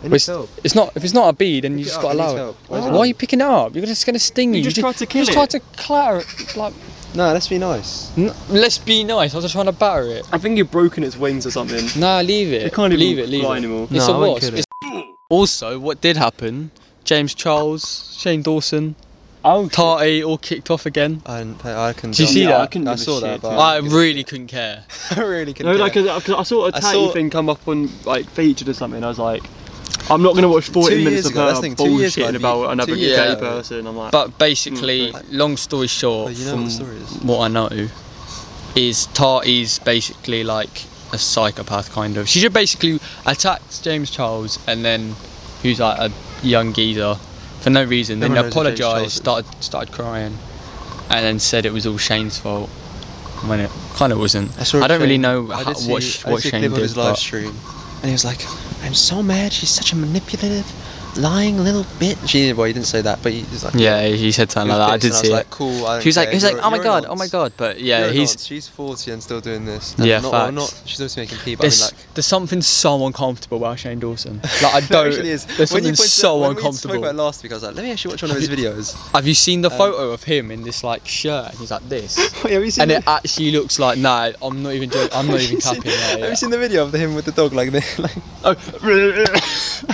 [SPEAKER 1] Well,
[SPEAKER 2] needs
[SPEAKER 1] It's,
[SPEAKER 2] help.
[SPEAKER 1] it's not. If it's not a bee, then you
[SPEAKER 2] Pick it
[SPEAKER 1] just
[SPEAKER 2] up,
[SPEAKER 1] gotta
[SPEAKER 2] it needs
[SPEAKER 1] allow it.
[SPEAKER 2] help. Why is it
[SPEAKER 1] Why are you picking it up? You're just gonna sting you.
[SPEAKER 3] You just
[SPEAKER 1] ju-
[SPEAKER 3] tried to kill
[SPEAKER 1] you
[SPEAKER 3] it.
[SPEAKER 1] Just tried to clatter it. Like,
[SPEAKER 2] No, let's be nice.
[SPEAKER 1] n- let's be nice. I was just trying to batter it.
[SPEAKER 3] I think you've broken its wings or something.
[SPEAKER 1] Nah, leave it.
[SPEAKER 3] It can't even
[SPEAKER 1] leave it. Leave
[SPEAKER 3] fly
[SPEAKER 1] it.
[SPEAKER 3] anymore.
[SPEAKER 1] It's
[SPEAKER 2] No,
[SPEAKER 1] a
[SPEAKER 2] I won't
[SPEAKER 1] wasp.
[SPEAKER 2] kill it.
[SPEAKER 1] It's- Also, what did happen? James Charles, Shane Dawson,
[SPEAKER 3] Oh,
[SPEAKER 1] Tarty all kicked off again.
[SPEAKER 2] I didn't pay. I can.
[SPEAKER 1] Do you see
[SPEAKER 3] Yeah,
[SPEAKER 1] that?
[SPEAKER 3] I couldn't
[SPEAKER 2] I
[SPEAKER 3] give a
[SPEAKER 2] saw that,
[SPEAKER 3] shit.
[SPEAKER 2] but
[SPEAKER 1] I really couldn't care.
[SPEAKER 2] I really can.
[SPEAKER 3] No, like, cause, I- 'cause I saw a
[SPEAKER 2] I
[SPEAKER 3] tatty
[SPEAKER 2] saw-
[SPEAKER 3] thing come up on like featured or something. I was like, I'm not gonna watch 40
[SPEAKER 2] Two
[SPEAKER 3] minutes
[SPEAKER 2] years
[SPEAKER 3] of
[SPEAKER 2] ago,
[SPEAKER 3] her
[SPEAKER 2] that's the thing, two years ago,
[SPEAKER 3] bullshitting
[SPEAKER 2] I'd be-
[SPEAKER 3] about another
[SPEAKER 2] two years
[SPEAKER 3] gay
[SPEAKER 2] ago.
[SPEAKER 3] person. I'm like,
[SPEAKER 1] But basically, long story short,
[SPEAKER 2] Mm, you know
[SPEAKER 1] from
[SPEAKER 2] what the story is.
[SPEAKER 1] what I know, is Tarty's basically like a psychopath kind of. She just basically attacked James Charles and then he was like a young geezer for no reason. Then
[SPEAKER 2] Everyone knows who James Charles
[SPEAKER 1] apologised,
[SPEAKER 2] is.
[SPEAKER 1] started started crying, and then said it was all Shane's fault when it kind of wasn't. I,
[SPEAKER 2] saw a
[SPEAKER 1] don't really
[SPEAKER 2] Shane-
[SPEAKER 1] know
[SPEAKER 2] I
[SPEAKER 1] how,
[SPEAKER 2] did see-
[SPEAKER 1] what sh-
[SPEAKER 2] I did
[SPEAKER 1] what
[SPEAKER 2] see a
[SPEAKER 1] Shane
[SPEAKER 2] clip of
[SPEAKER 1] did.
[SPEAKER 2] his live
[SPEAKER 1] but-
[SPEAKER 2] stream, and he was like, "I'm so mad. She's such a manipulative, lying little bitch." She, well, he didn't say that, but he was like,
[SPEAKER 1] Yeah, he said something
[SPEAKER 2] he was
[SPEAKER 1] like that. I
[SPEAKER 2] pissed,
[SPEAKER 1] did
[SPEAKER 2] and
[SPEAKER 1] see
[SPEAKER 2] I
[SPEAKER 1] it.
[SPEAKER 2] was like, "Cool." I
[SPEAKER 1] He was
[SPEAKER 2] don't
[SPEAKER 1] like,
[SPEAKER 2] care,
[SPEAKER 1] he was like,
[SPEAKER 2] you're-
[SPEAKER 1] oh my
[SPEAKER 2] you're a
[SPEAKER 1] god, oh
[SPEAKER 2] nonce.
[SPEAKER 1] my god. But
[SPEAKER 2] You're
[SPEAKER 1] yeah,
[SPEAKER 2] a
[SPEAKER 1] he's
[SPEAKER 2] nonce. She's 40 and still doing this.
[SPEAKER 1] Yeah,
[SPEAKER 2] not, well,
[SPEAKER 1] facts.
[SPEAKER 2] not. She's obviously making pee, but I mean,
[SPEAKER 1] There's,
[SPEAKER 2] like.
[SPEAKER 1] there's something so uncomfortable about Shane Dawson. Like I don't.
[SPEAKER 2] actually is.
[SPEAKER 1] There's
[SPEAKER 2] When you
[SPEAKER 1] something
[SPEAKER 2] pointed-
[SPEAKER 1] so
[SPEAKER 2] when We
[SPEAKER 1] uncomfortable.
[SPEAKER 2] spoke about it Um, last week. I was like, let me actually watch one of his videos.
[SPEAKER 1] Have you seen the photo of him in this like shirt? And he's like
[SPEAKER 2] Oh,
[SPEAKER 1] this,
[SPEAKER 3] Wait, have you seen
[SPEAKER 1] and
[SPEAKER 3] the-
[SPEAKER 1] it actually looks like nah. I'm not even. Joking. I'm not even capping. that,
[SPEAKER 2] Have
[SPEAKER 1] yeah.
[SPEAKER 2] you seen the video of him with the dog like this? Like,
[SPEAKER 3] oh,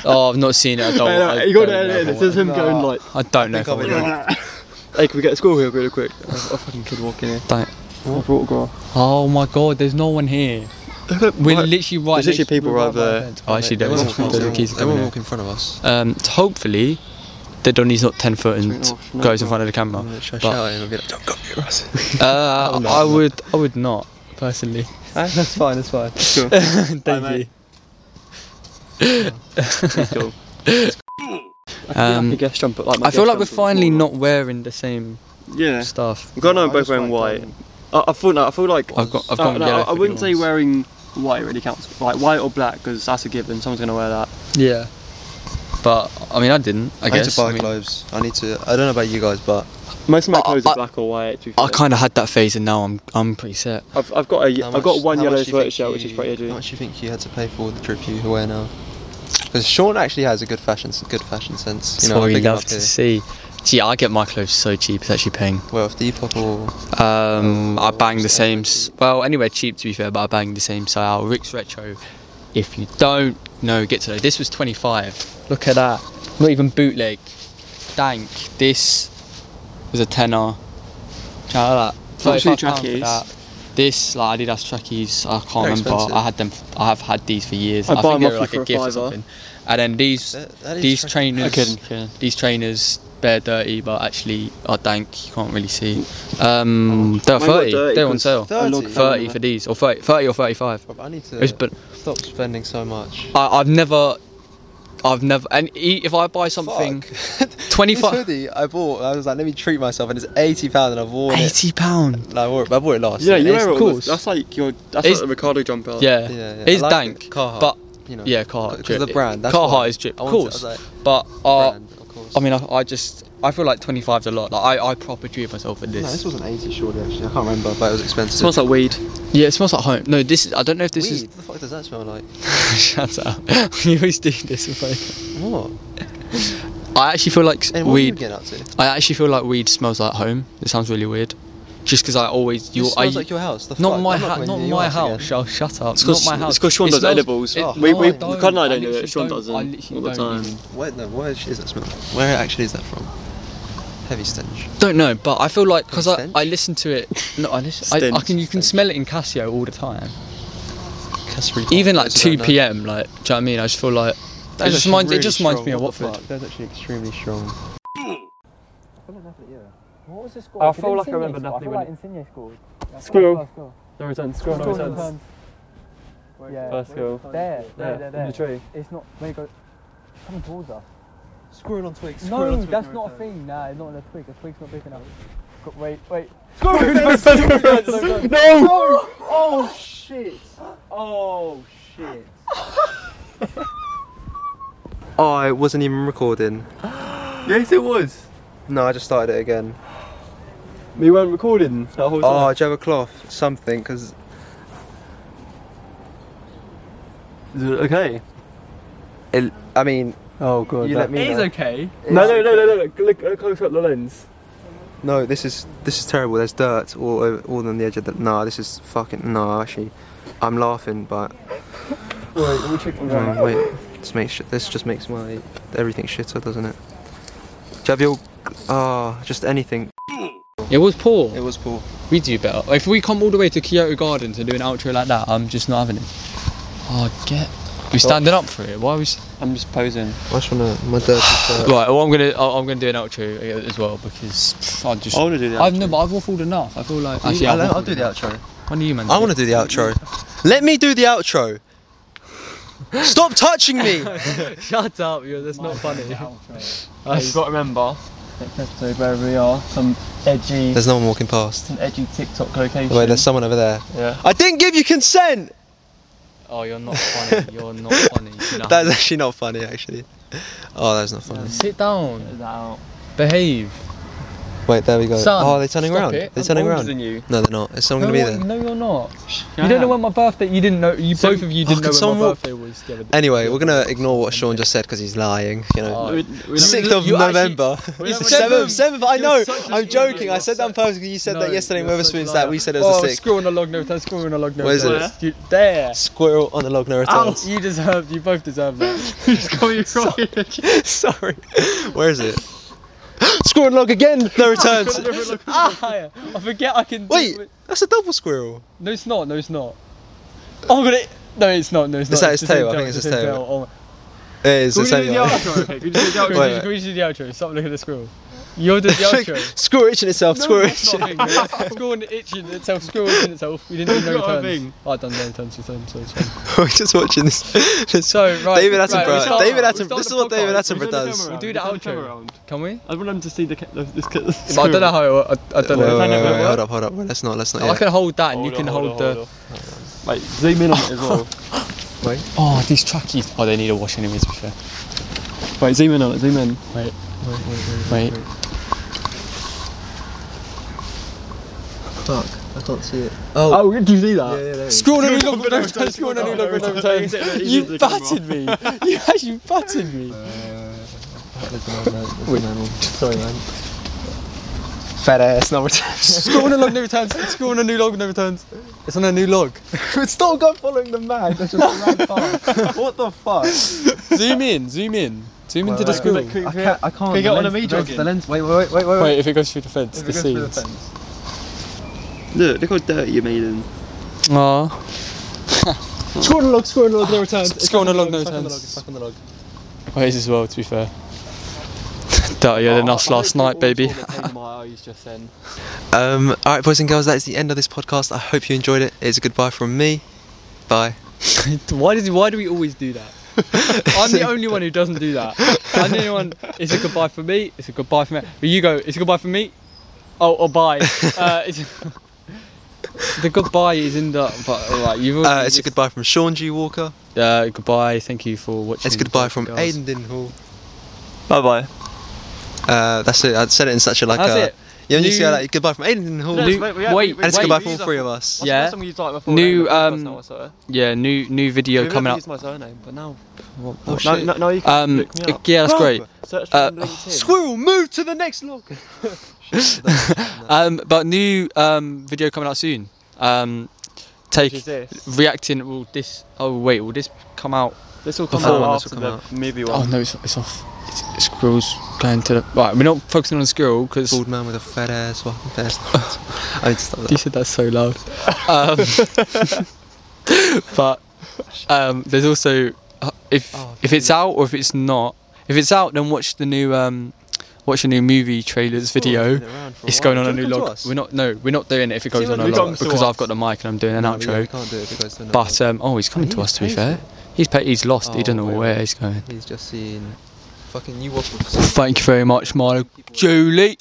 [SPEAKER 1] Oh, I've not seen it. I don't.
[SPEAKER 3] I
[SPEAKER 1] I
[SPEAKER 3] know, you got
[SPEAKER 1] don't
[SPEAKER 3] to
[SPEAKER 1] know
[SPEAKER 3] edit
[SPEAKER 1] if I
[SPEAKER 3] it. It's just him
[SPEAKER 1] want-
[SPEAKER 3] going like,
[SPEAKER 1] I don't know.
[SPEAKER 2] I
[SPEAKER 1] If I
[SPEAKER 2] think
[SPEAKER 1] want
[SPEAKER 2] I'll
[SPEAKER 1] it.
[SPEAKER 2] be-
[SPEAKER 3] hey, can we get a school here real quick? A, a fucking kid walking here.
[SPEAKER 1] Don't.
[SPEAKER 3] I brought a girl.
[SPEAKER 1] Oh my god, there's no one here. We're literally right.
[SPEAKER 3] There's literally
[SPEAKER 1] next-
[SPEAKER 3] people
[SPEAKER 1] we're
[SPEAKER 3] right
[SPEAKER 1] by
[SPEAKER 3] there.
[SPEAKER 1] the fence. Oh, actually, there
[SPEAKER 2] they
[SPEAKER 1] is.
[SPEAKER 2] won't walk-
[SPEAKER 1] There's
[SPEAKER 2] they
[SPEAKER 1] the keys coming
[SPEAKER 2] won't- They
[SPEAKER 1] in.
[SPEAKER 2] won't walk in front of us.
[SPEAKER 1] Um, t- hopefully, the Donny's not ten foot and
[SPEAKER 3] Sweet off, no
[SPEAKER 1] goes in
[SPEAKER 3] problem.
[SPEAKER 1] front of the camera.
[SPEAKER 2] I'm gonna try
[SPEAKER 1] But
[SPEAKER 2] to shout at him and be like, don't go near us.
[SPEAKER 1] uh,
[SPEAKER 2] no,
[SPEAKER 1] I
[SPEAKER 2] no.
[SPEAKER 1] would, I would not personally.
[SPEAKER 2] That's fine. That's fine.
[SPEAKER 1] Thank
[SPEAKER 3] Bye, mate.
[SPEAKER 1] you.
[SPEAKER 3] Cool.
[SPEAKER 1] Um,
[SPEAKER 3] I guess jumper, like, my
[SPEAKER 1] I feel
[SPEAKER 3] guess
[SPEAKER 1] like we're
[SPEAKER 3] jumper was
[SPEAKER 1] finally
[SPEAKER 3] more-
[SPEAKER 1] not wearing the same
[SPEAKER 3] Yeah.
[SPEAKER 1] stuff.
[SPEAKER 3] I'm glad I'm both wearing white. I, I feel like I feel like
[SPEAKER 1] I've got- I've
[SPEAKER 3] no,
[SPEAKER 1] gone
[SPEAKER 3] no,
[SPEAKER 1] yellow
[SPEAKER 3] I, I
[SPEAKER 1] for
[SPEAKER 3] wouldn't say
[SPEAKER 1] yours.
[SPEAKER 3] wearing white really counts. Like white or black, because that's a given. Someone's gonna wear that.
[SPEAKER 1] Yeah. But I mean, I didn't. I,
[SPEAKER 2] I, need
[SPEAKER 1] guess.
[SPEAKER 2] to buy
[SPEAKER 1] I, mean,
[SPEAKER 2] clothes. I need to. I don't know about you guys, but
[SPEAKER 3] Most of my
[SPEAKER 1] I-
[SPEAKER 3] clothes
[SPEAKER 1] I-
[SPEAKER 3] are black or white. to be
[SPEAKER 1] I
[SPEAKER 3] fair.
[SPEAKER 1] kind of had that phase, and now I'm, I'm pretty set.
[SPEAKER 3] I've, I've got a
[SPEAKER 2] how
[SPEAKER 3] have got
[SPEAKER 2] much-
[SPEAKER 3] one
[SPEAKER 2] how
[SPEAKER 3] yellow
[SPEAKER 2] much do you think
[SPEAKER 3] sweatshirt which is
[SPEAKER 2] you-
[SPEAKER 3] pretty edgy.
[SPEAKER 2] How much do you think you had to pay for the drip you wear now? Because Sean actually has a good fashion, good fashion sense.
[SPEAKER 1] That's
[SPEAKER 2] You know, I
[SPEAKER 1] what we
[SPEAKER 2] pick him up
[SPEAKER 1] love to
[SPEAKER 2] here.
[SPEAKER 1] see. Gee, I get my clothes so cheap. It's actually paying.
[SPEAKER 2] Well, if Depop or
[SPEAKER 1] Um, I
[SPEAKER 2] Oh,
[SPEAKER 1] bang the
[SPEAKER 2] so
[SPEAKER 1] same. s- Well, anywhere cheap to be fair, but I bang the same style. Rick's retro. If you don't know, get to know. This was 25. Look at that. Not even bootleg. Dank. This was a tenner. Shout out that.
[SPEAKER 3] Not cheap
[SPEAKER 1] 35 pound for
[SPEAKER 3] trackies.
[SPEAKER 1] that. This like Adidas trackies. I can't
[SPEAKER 2] They're
[SPEAKER 1] remember.
[SPEAKER 2] expensive.
[SPEAKER 1] I had them. f- I have had these for years.
[SPEAKER 3] I
[SPEAKER 1] I,
[SPEAKER 3] buy
[SPEAKER 1] think
[SPEAKER 3] them
[SPEAKER 1] they
[SPEAKER 3] off
[SPEAKER 1] were
[SPEAKER 3] you
[SPEAKER 1] like
[SPEAKER 3] for
[SPEAKER 1] a
[SPEAKER 3] a
[SPEAKER 1] gift or
[SPEAKER 3] fiver.
[SPEAKER 1] something. And then these
[SPEAKER 2] That- that is
[SPEAKER 1] these
[SPEAKER 2] track-
[SPEAKER 1] trainers.
[SPEAKER 3] I'm kidding, kidding.
[SPEAKER 1] These trainers, they're dirty, but actually are dank. You can't really see.
[SPEAKER 2] Oh.
[SPEAKER 1] Um, they're
[SPEAKER 3] Mine got
[SPEAKER 1] 30.
[SPEAKER 3] dirty
[SPEAKER 1] They're on
[SPEAKER 3] 'cause
[SPEAKER 1] sale.
[SPEAKER 3] I looked
[SPEAKER 2] 30.
[SPEAKER 3] at them
[SPEAKER 1] 30 for
[SPEAKER 3] and
[SPEAKER 1] these, or 30, 30 or 35.
[SPEAKER 2] Rob, I need to
[SPEAKER 1] It's- but
[SPEAKER 2] stop spending so much.
[SPEAKER 1] I, I've never, I've never, and e- if I buy something
[SPEAKER 2] Fuck.
[SPEAKER 1] 25
[SPEAKER 2] This hoodie I bought. I was like, let me treat myself, and it's eighty pound, and I've worn it.
[SPEAKER 1] Eighty pound.
[SPEAKER 2] And I wore it. I bought it last.
[SPEAKER 3] Yeah,
[SPEAKER 2] and
[SPEAKER 3] you
[SPEAKER 2] it's-
[SPEAKER 3] wear it.
[SPEAKER 1] cool.
[SPEAKER 3] Cool. That's like your. That's
[SPEAKER 1] It's-
[SPEAKER 3] like the Ricardo jumper.
[SPEAKER 1] Yeah,
[SPEAKER 2] Yeah, yeah.
[SPEAKER 1] it's
[SPEAKER 2] I like
[SPEAKER 1] dank.
[SPEAKER 2] the Carhartt,
[SPEAKER 1] But
[SPEAKER 2] you know,
[SPEAKER 1] yeah, Carhartt
[SPEAKER 2] because
[SPEAKER 1] drip.
[SPEAKER 2] of the brand. That's
[SPEAKER 1] Carhartt
[SPEAKER 2] why.
[SPEAKER 1] is drip,
[SPEAKER 2] I
[SPEAKER 1] of
[SPEAKER 2] wanted- I
[SPEAKER 1] course.
[SPEAKER 2] was like,
[SPEAKER 1] but uh,
[SPEAKER 2] brand, of course.
[SPEAKER 1] I mean, I, I just I feel like 25's a lot. Like I, I proper treat myself with this.
[SPEAKER 2] No, this wasn't 80 surely actually. I can't remember, but it was expensive.
[SPEAKER 3] Smells like weed.
[SPEAKER 1] yeah, it smells like home. No, this is, I don't know if this
[SPEAKER 2] Weed. What the fuck does that smell like?
[SPEAKER 1] is. Shut up. you always do this. with me.
[SPEAKER 2] What?
[SPEAKER 1] I actually feel like s-
[SPEAKER 2] And what are you
[SPEAKER 1] weed.
[SPEAKER 2] getting up to? It
[SPEAKER 1] I actually feel like weed smells like home. It sounds really weird. Just because I always you I
[SPEAKER 2] smells like your house. The
[SPEAKER 1] not
[SPEAKER 2] fuck?
[SPEAKER 1] my
[SPEAKER 2] I'm
[SPEAKER 1] house.
[SPEAKER 2] coming
[SPEAKER 1] Not
[SPEAKER 2] to your
[SPEAKER 1] my
[SPEAKER 2] again.
[SPEAKER 1] house. Oh, shut up.
[SPEAKER 3] It's
[SPEAKER 1] Not
[SPEAKER 3] 'cause-
[SPEAKER 1] my house.
[SPEAKER 3] it's 'cause Sean
[SPEAKER 1] It
[SPEAKER 3] does
[SPEAKER 1] smells-
[SPEAKER 3] edibles.
[SPEAKER 1] it-
[SPEAKER 2] Oh,
[SPEAKER 1] no,
[SPEAKER 3] we- we-
[SPEAKER 1] I
[SPEAKER 3] Conor and I don't do
[SPEAKER 1] literally
[SPEAKER 3] it, Sean
[SPEAKER 1] don't-
[SPEAKER 3] doesn't,
[SPEAKER 1] I literally
[SPEAKER 3] all the
[SPEAKER 1] don't
[SPEAKER 3] time.
[SPEAKER 1] even-
[SPEAKER 2] Where, no, where is that smell? Where actually is that from? Heavy stench.
[SPEAKER 1] Don't know, but I feel like because I,
[SPEAKER 2] Stench?
[SPEAKER 1] I listen to it. No, I listen. I, I
[SPEAKER 3] Stench.
[SPEAKER 1] can you can
[SPEAKER 2] Stench.
[SPEAKER 1] smell it in Casio all the time.
[SPEAKER 2] Casper.
[SPEAKER 1] Even like 2 p.m. Like, do you know what I mean? I just feel like that just reminds, it just reminds me of Watford.
[SPEAKER 2] That's actually extremely strong.
[SPEAKER 3] I feel like I remember Napoli when Insigne scored. Squirrel. No returns. Squirrel. No returns.
[SPEAKER 8] Yeah,
[SPEAKER 3] First goal.
[SPEAKER 8] there, there, there, there.
[SPEAKER 3] In the tree.
[SPEAKER 8] It's not. There you go. Coming towards us.
[SPEAKER 7] Squirrel on twigs.
[SPEAKER 8] No, that's not a thing. Nah, it's not a twig. A twig's not big enough. Go, wait, wait.
[SPEAKER 3] No.
[SPEAKER 8] Oh shit! Oh shit!
[SPEAKER 2] Oh, I wasn't even recording.
[SPEAKER 3] Yes, it was.
[SPEAKER 2] No, I just started it again.
[SPEAKER 3] We weren't recording that whole time.
[SPEAKER 2] Oh, do you have a cloth? Something, because
[SPEAKER 3] Is it okay.
[SPEAKER 2] I mean,
[SPEAKER 3] Oh god.
[SPEAKER 2] you let me. know.
[SPEAKER 6] okay.
[SPEAKER 3] No, no, no, no, no, no. Look, look close up the lens.
[SPEAKER 2] No, this is this is terrible. There's dirt all over, all on the edge of the. Nah, this is fucking. Nah, actually, I'm laughing, but
[SPEAKER 3] Wait, we'll check them
[SPEAKER 2] mm, wait, this makes shi- this just makes my everything shitter, doesn't it? Do you have your? Ah, just anything.
[SPEAKER 1] It was poor.
[SPEAKER 2] was poor.
[SPEAKER 1] We do better. If we come all the way to Kyoto Garden to do an outro like that, I'm just not having it. Oh, get. We standing up for it. Why was?
[SPEAKER 3] I'm just posing.
[SPEAKER 2] I just wanna my dirt.
[SPEAKER 1] Right. Well, I'm gonna. I- I'm gonna do an outro uh, as well because pff, I just.
[SPEAKER 3] I wanna do the
[SPEAKER 1] I've
[SPEAKER 3] outro.
[SPEAKER 1] no, but I've waffled enough. I feel like. Actually,
[SPEAKER 2] I'll,
[SPEAKER 1] I've
[SPEAKER 2] I'll
[SPEAKER 1] waffled
[SPEAKER 2] do the
[SPEAKER 1] enough.
[SPEAKER 2] outro.
[SPEAKER 1] When are you man?
[SPEAKER 2] I want to do the outro. Let me do the outro. Stop touching me.
[SPEAKER 1] Shut up, yo. That's not funny. Uh,
[SPEAKER 8] I've got to remember. Next episode, wherever we are, some edgy,
[SPEAKER 2] There's no one walking past.
[SPEAKER 8] some edgy TikTok location.
[SPEAKER 2] Wait, there's someone over there.
[SPEAKER 8] yeah.
[SPEAKER 2] I didn't give you consent.
[SPEAKER 1] Oh, you're not funny. You're not funny. You know.
[SPEAKER 2] That's actually not funny, actually. Oh, that's not funny.
[SPEAKER 1] Sit down.
[SPEAKER 8] Is that out?
[SPEAKER 1] Behave.
[SPEAKER 2] Wait, there we go.
[SPEAKER 1] Son,
[SPEAKER 2] oh, they're turning
[SPEAKER 1] stop
[SPEAKER 2] around.
[SPEAKER 1] it.
[SPEAKER 2] They're turning
[SPEAKER 1] I'm older
[SPEAKER 2] around.
[SPEAKER 1] than you.
[SPEAKER 2] No, they're not. Is
[SPEAKER 1] no,
[SPEAKER 2] someone gonna be
[SPEAKER 1] what-
[SPEAKER 2] there?
[SPEAKER 1] no, you're not. you don't know when my birthday. You didn't know. You both of you didn't
[SPEAKER 2] Oh, can
[SPEAKER 1] know when
[SPEAKER 2] someone
[SPEAKER 1] my
[SPEAKER 2] walk-
[SPEAKER 1] birthday was. The other day.
[SPEAKER 2] Anyway, we're gonna ignore what Sean just said because he's lying. You know.
[SPEAKER 1] Oh,
[SPEAKER 2] Sixth of
[SPEAKER 1] You actually-
[SPEAKER 2] November.
[SPEAKER 1] We're never-
[SPEAKER 2] Seventh, seventh. I
[SPEAKER 1] You're
[SPEAKER 2] know.
[SPEAKER 1] such an
[SPEAKER 2] I'm
[SPEAKER 1] idiot.
[SPEAKER 2] joking. I
[SPEAKER 1] You're
[SPEAKER 2] said that on
[SPEAKER 1] such-
[SPEAKER 2] purpose because you said that
[SPEAKER 1] No,
[SPEAKER 2] yesterday in
[SPEAKER 1] you're
[SPEAKER 2] Weatherspoons
[SPEAKER 1] such a
[SPEAKER 2] that
[SPEAKER 1] liar.
[SPEAKER 2] we said it was
[SPEAKER 1] Oh,
[SPEAKER 2] the sixth.
[SPEAKER 1] screw on a log note. That's screw on a log note.
[SPEAKER 2] Where is it?
[SPEAKER 1] You, there.
[SPEAKER 2] Squirrel on a log no
[SPEAKER 1] Ow.
[SPEAKER 2] returns.
[SPEAKER 1] You deserve. You both deserve that. you just call me wrong.
[SPEAKER 2] Sorry. Where is it? squirrel on a log again. No returns.
[SPEAKER 1] ah, I forget I can. do
[SPEAKER 2] Wait,
[SPEAKER 1] it.
[SPEAKER 2] that's a double squirrel.
[SPEAKER 1] No, it's not. No, it's not. Oh, but it. No, it's not. No, it's not.
[SPEAKER 2] Is that
[SPEAKER 1] It's
[SPEAKER 2] his
[SPEAKER 1] the same
[SPEAKER 2] tail? I think it's his
[SPEAKER 1] the same
[SPEAKER 2] tail.
[SPEAKER 1] Oh my-
[SPEAKER 2] It is
[SPEAKER 1] Can
[SPEAKER 2] the
[SPEAKER 1] we do
[SPEAKER 2] same
[SPEAKER 1] the outro? Okay, can we do the outro?
[SPEAKER 2] Wait, wait.
[SPEAKER 1] Can we do the outro? Stop looking at the squirrel. You're doing the
[SPEAKER 2] one.
[SPEAKER 1] outro.
[SPEAKER 2] Squirrel itching itself. Squirrel
[SPEAKER 1] It's
[SPEAKER 2] itching.
[SPEAKER 1] not a thing, man. Squirrel and itching itself. Squirrel itching itself. We didn't do no
[SPEAKER 3] not a
[SPEAKER 1] returns.
[SPEAKER 3] thing.
[SPEAKER 1] Oh, I've done no returns this time, so it's fine.
[SPEAKER 2] We're just watching this. this
[SPEAKER 1] So, Oh, right.
[SPEAKER 2] David
[SPEAKER 1] right,
[SPEAKER 2] Attenborough.
[SPEAKER 1] we'll start-
[SPEAKER 2] David
[SPEAKER 1] we'll
[SPEAKER 2] Atten-
[SPEAKER 1] start
[SPEAKER 2] this
[SPEAKER 1] the
[SPEAKER 2] is what David
[SPEAKER 1] podcast.
[SPEAKER 2] Attenborough does.
[SPEAKER 1] We'll do the outro. Can we?
[SPEAKER 3] I want them to see the. ca- the this, ca-
[SPEAKER 1] But I don't know how. It, I, I don't know. I don't
[SPEAKER 2] Wait, wait, wait,
[SPEAKER 1] know
[SPEAKER 2] wait,
[SPEAKER 1] how it
[SPEAKER 2] wait, hold
[SPEAKER 1] works.
[SPEAKER 2] up, hold up. Well, Let's not, let's not.
[SPEAKER 1] I
[SPEAKER 2] Yet.
[SPEAKER 1] can hold that, and you can hold, the.
[SPEAKER 3] Wait, zoom in on it as well.
[SPEAKER 1] Oh, these trackies. Oh, they need a wash anyway. To be fair.
[SPEAKER 3] Wait, zoom in on it. Zoom in.
[SPEAKER 1] Wait. Wait.
[SPEAKER 2] Fuck, I can't see it.
[SPEAKER 3] Oh, did you see that?
[SPEAKER 1] Scroll on new logo, scroll on new logo, You batted me. You actually batted me.
[SPEAKER 2] Uh, Sorry, man. Fat ass, no returns.
[SPEAKER 1] Scroll on a log, no returns. Scroll on a new log, no returns. It's on a new log.
[SPEAKER 2] Stop God following the man. That's just ran past. What the fuck?
[SPEAKER 1] Zoom in, zoom in. Zoom into the scroll. Wait,
[SPEAKER 2] I can't. I can't.
[SPEAKER 3] we get
[SPEAKER 2] the
[SPEAKER 3] on a
[SPEAKER 2] lens-
[SPEAKER 3] me
[SPEAKER 2] the lens-
[SPEAKER 3] jogging?
[SPEAKER 2] The lens. Wait, wait, wait, wait, wait.
[SPEAKER 1] if it goes through the fence,
[SPEAKER 2] If
[SPEAKER 1] the
[SPEAKER 2] it goes through
[SPEAKER 1] seeds.
[SPEAKER 2] fence.
[SPEAKER 3] Look, look how dirty you made him.
[SPEAKER 1] Aw.
[SPEAKER 3] Score on log, score on log, no returns.
[SPEAKER 1] Scroll on a log, no
[SPEAKER 2] Stuck on the log,
[SPEAKER 1] returns.
[SPEAKER 2] stuck on the log.
[SPEAKER 1] Wait, as well, to be fair. Dirtier than us last night, baby.
[SPEAKER 3] my eyes just then.
[SPEAKER 2] Um, all right, boys and girls, that is the end of this podcast. I hope you enjoyed it. It's a goodbye from me. Bye.
[SPEAKER 1] why, did, why do we always do that? I'm
[SPEAKER 2] Uh,
[SPEAKER 1] the only one who doesn't do that. I'm the only one. It's a goodbye for me. It's a goodbye for me. But you go. It's a goodbye for me. Oh, or bye. Uh, it's, the goodbye is in the. But like you've.
[SPEAKER 2] Uh,
[SPEAKER 1] already-
[SPEAKER 2] it's a goodbye from Sean G. Walker.
[SPEAKER 1] Uh, goodbye. Thank you for watching.
[SPEAKER 2] It's goodbye from
[SPEAKER 1] Girls.
[SPEAKER 2] Aiden Dinhall.
[SPEAKER 3] Bye bye.
[SPEAKER 2] Uh, that's it. I said it in such a like.
[SPEAKER 1] That's
[SPEAKER 2] a,
[SPEAKER 1] it.
[SPEAKER 2] You only see
[SPEAKER 1] New-
[SPEAKER 2] like goodbye from Aiden Dinhall.
[SPEAKER 1] No, Luke- wait,
[SPEAKER 2] and it's
[SPEAKER 1] wait,
[SPEAKER 2] goodbye
[SPEAKER 1] we
[SPEAKER 2] from all three of us.
[SPEAKER 1] Yeah.
[SPEAKER 3] Last time we used like before
[SPEAKER 1] New, um,
[SPEAKER 3] then, but that's not what I saw.
[SPEAKER 1] Yeah, new new video
[SPEAKER 3] We've never
[SPEAKER 1] coming up.
[SPEAKER 3] used my surname, but now,
[SPEAKER 2] Oh,
[SPEAKER 3] now,
[SPEAKER 2] shit.
[SPEAKER 3] now, now you can
[SPEAKER 1] Um,
[SPEAKER 3] look me up.
[SPEAKER 1] yeah, that's great.
[SPEAKER 3] Search for
[SPEAKER 1] uh,
[SPEAKER 3] on LinkedIn.
[SPEAKER 2] Squirrel, move to the next log.
[SPEAKER 1] Um, but new um video coming out soon. Um, take
[SPEAKER 3] Which is this?
[SPEAKER 1] reacting. Will this? Oh wait, will this come out?
[SPEAKER 3] This will come
[SPEAKER 2] Before
[SPEAKER 3] out
[SPEAKER 2] one, this
[SPEAKER 3] after
[SPEAKER 2] will
[SPEAKER 3] the
[SPEAKER 2] come
[SPEAKER 3] movie
[SPEAKER 1] Oh
[SPEAKER 3] one.
[SPEAKER 1] no, it's, it's off. It's, it's Squirrel's going to the. Oh, Right, we're not focusing on Squirrel because
[SPEAKER 2] Bald man with a fat ass, walking fast. I need to stop
[SPEAKER 1] you
[SPEAKER 2] that.
[SPEAKER 1] said that so loud. Um, but um, there's also uh, if
[SPEAKER 3] Oh,
[SPEAKER 1] if it's out or if it's not. If it's out, then watch the new um, watch the new movie trailers
[SPEAKER 3] Oh,
[SPEAKER 1] video. It's going on a new log. We're not no, we're not doing it if it goes
[SPEAKER 3] See,
[SPEAKER 1] on a
[SPEAKER 3] it
[SPEAKER 1] log
[SPEAKER 3] comes to
[SPEAKER 1] because
[SPEAKER 3] us.
[SPEAKER 1] I've got the mic and I'm doing an outro.
[SPEAKER 2] can't do it if it goes to another log.
[SPEAKER 1] But um, oh, he's coming to us. To be fair, he's pa- he's lost. he
[SPEAKER 2] Oh,
[SPEAKER 1] doesn't know
[SPEAKER 2] wait,
[SPEAKER 1] where
[SPEAKER 2] wait.
[SPEAKER 1] he's going.
[SPEAKER 2] He's just seen fucking you waffles.
[SPEAKER 1] Thank you very much, Milo. Julie.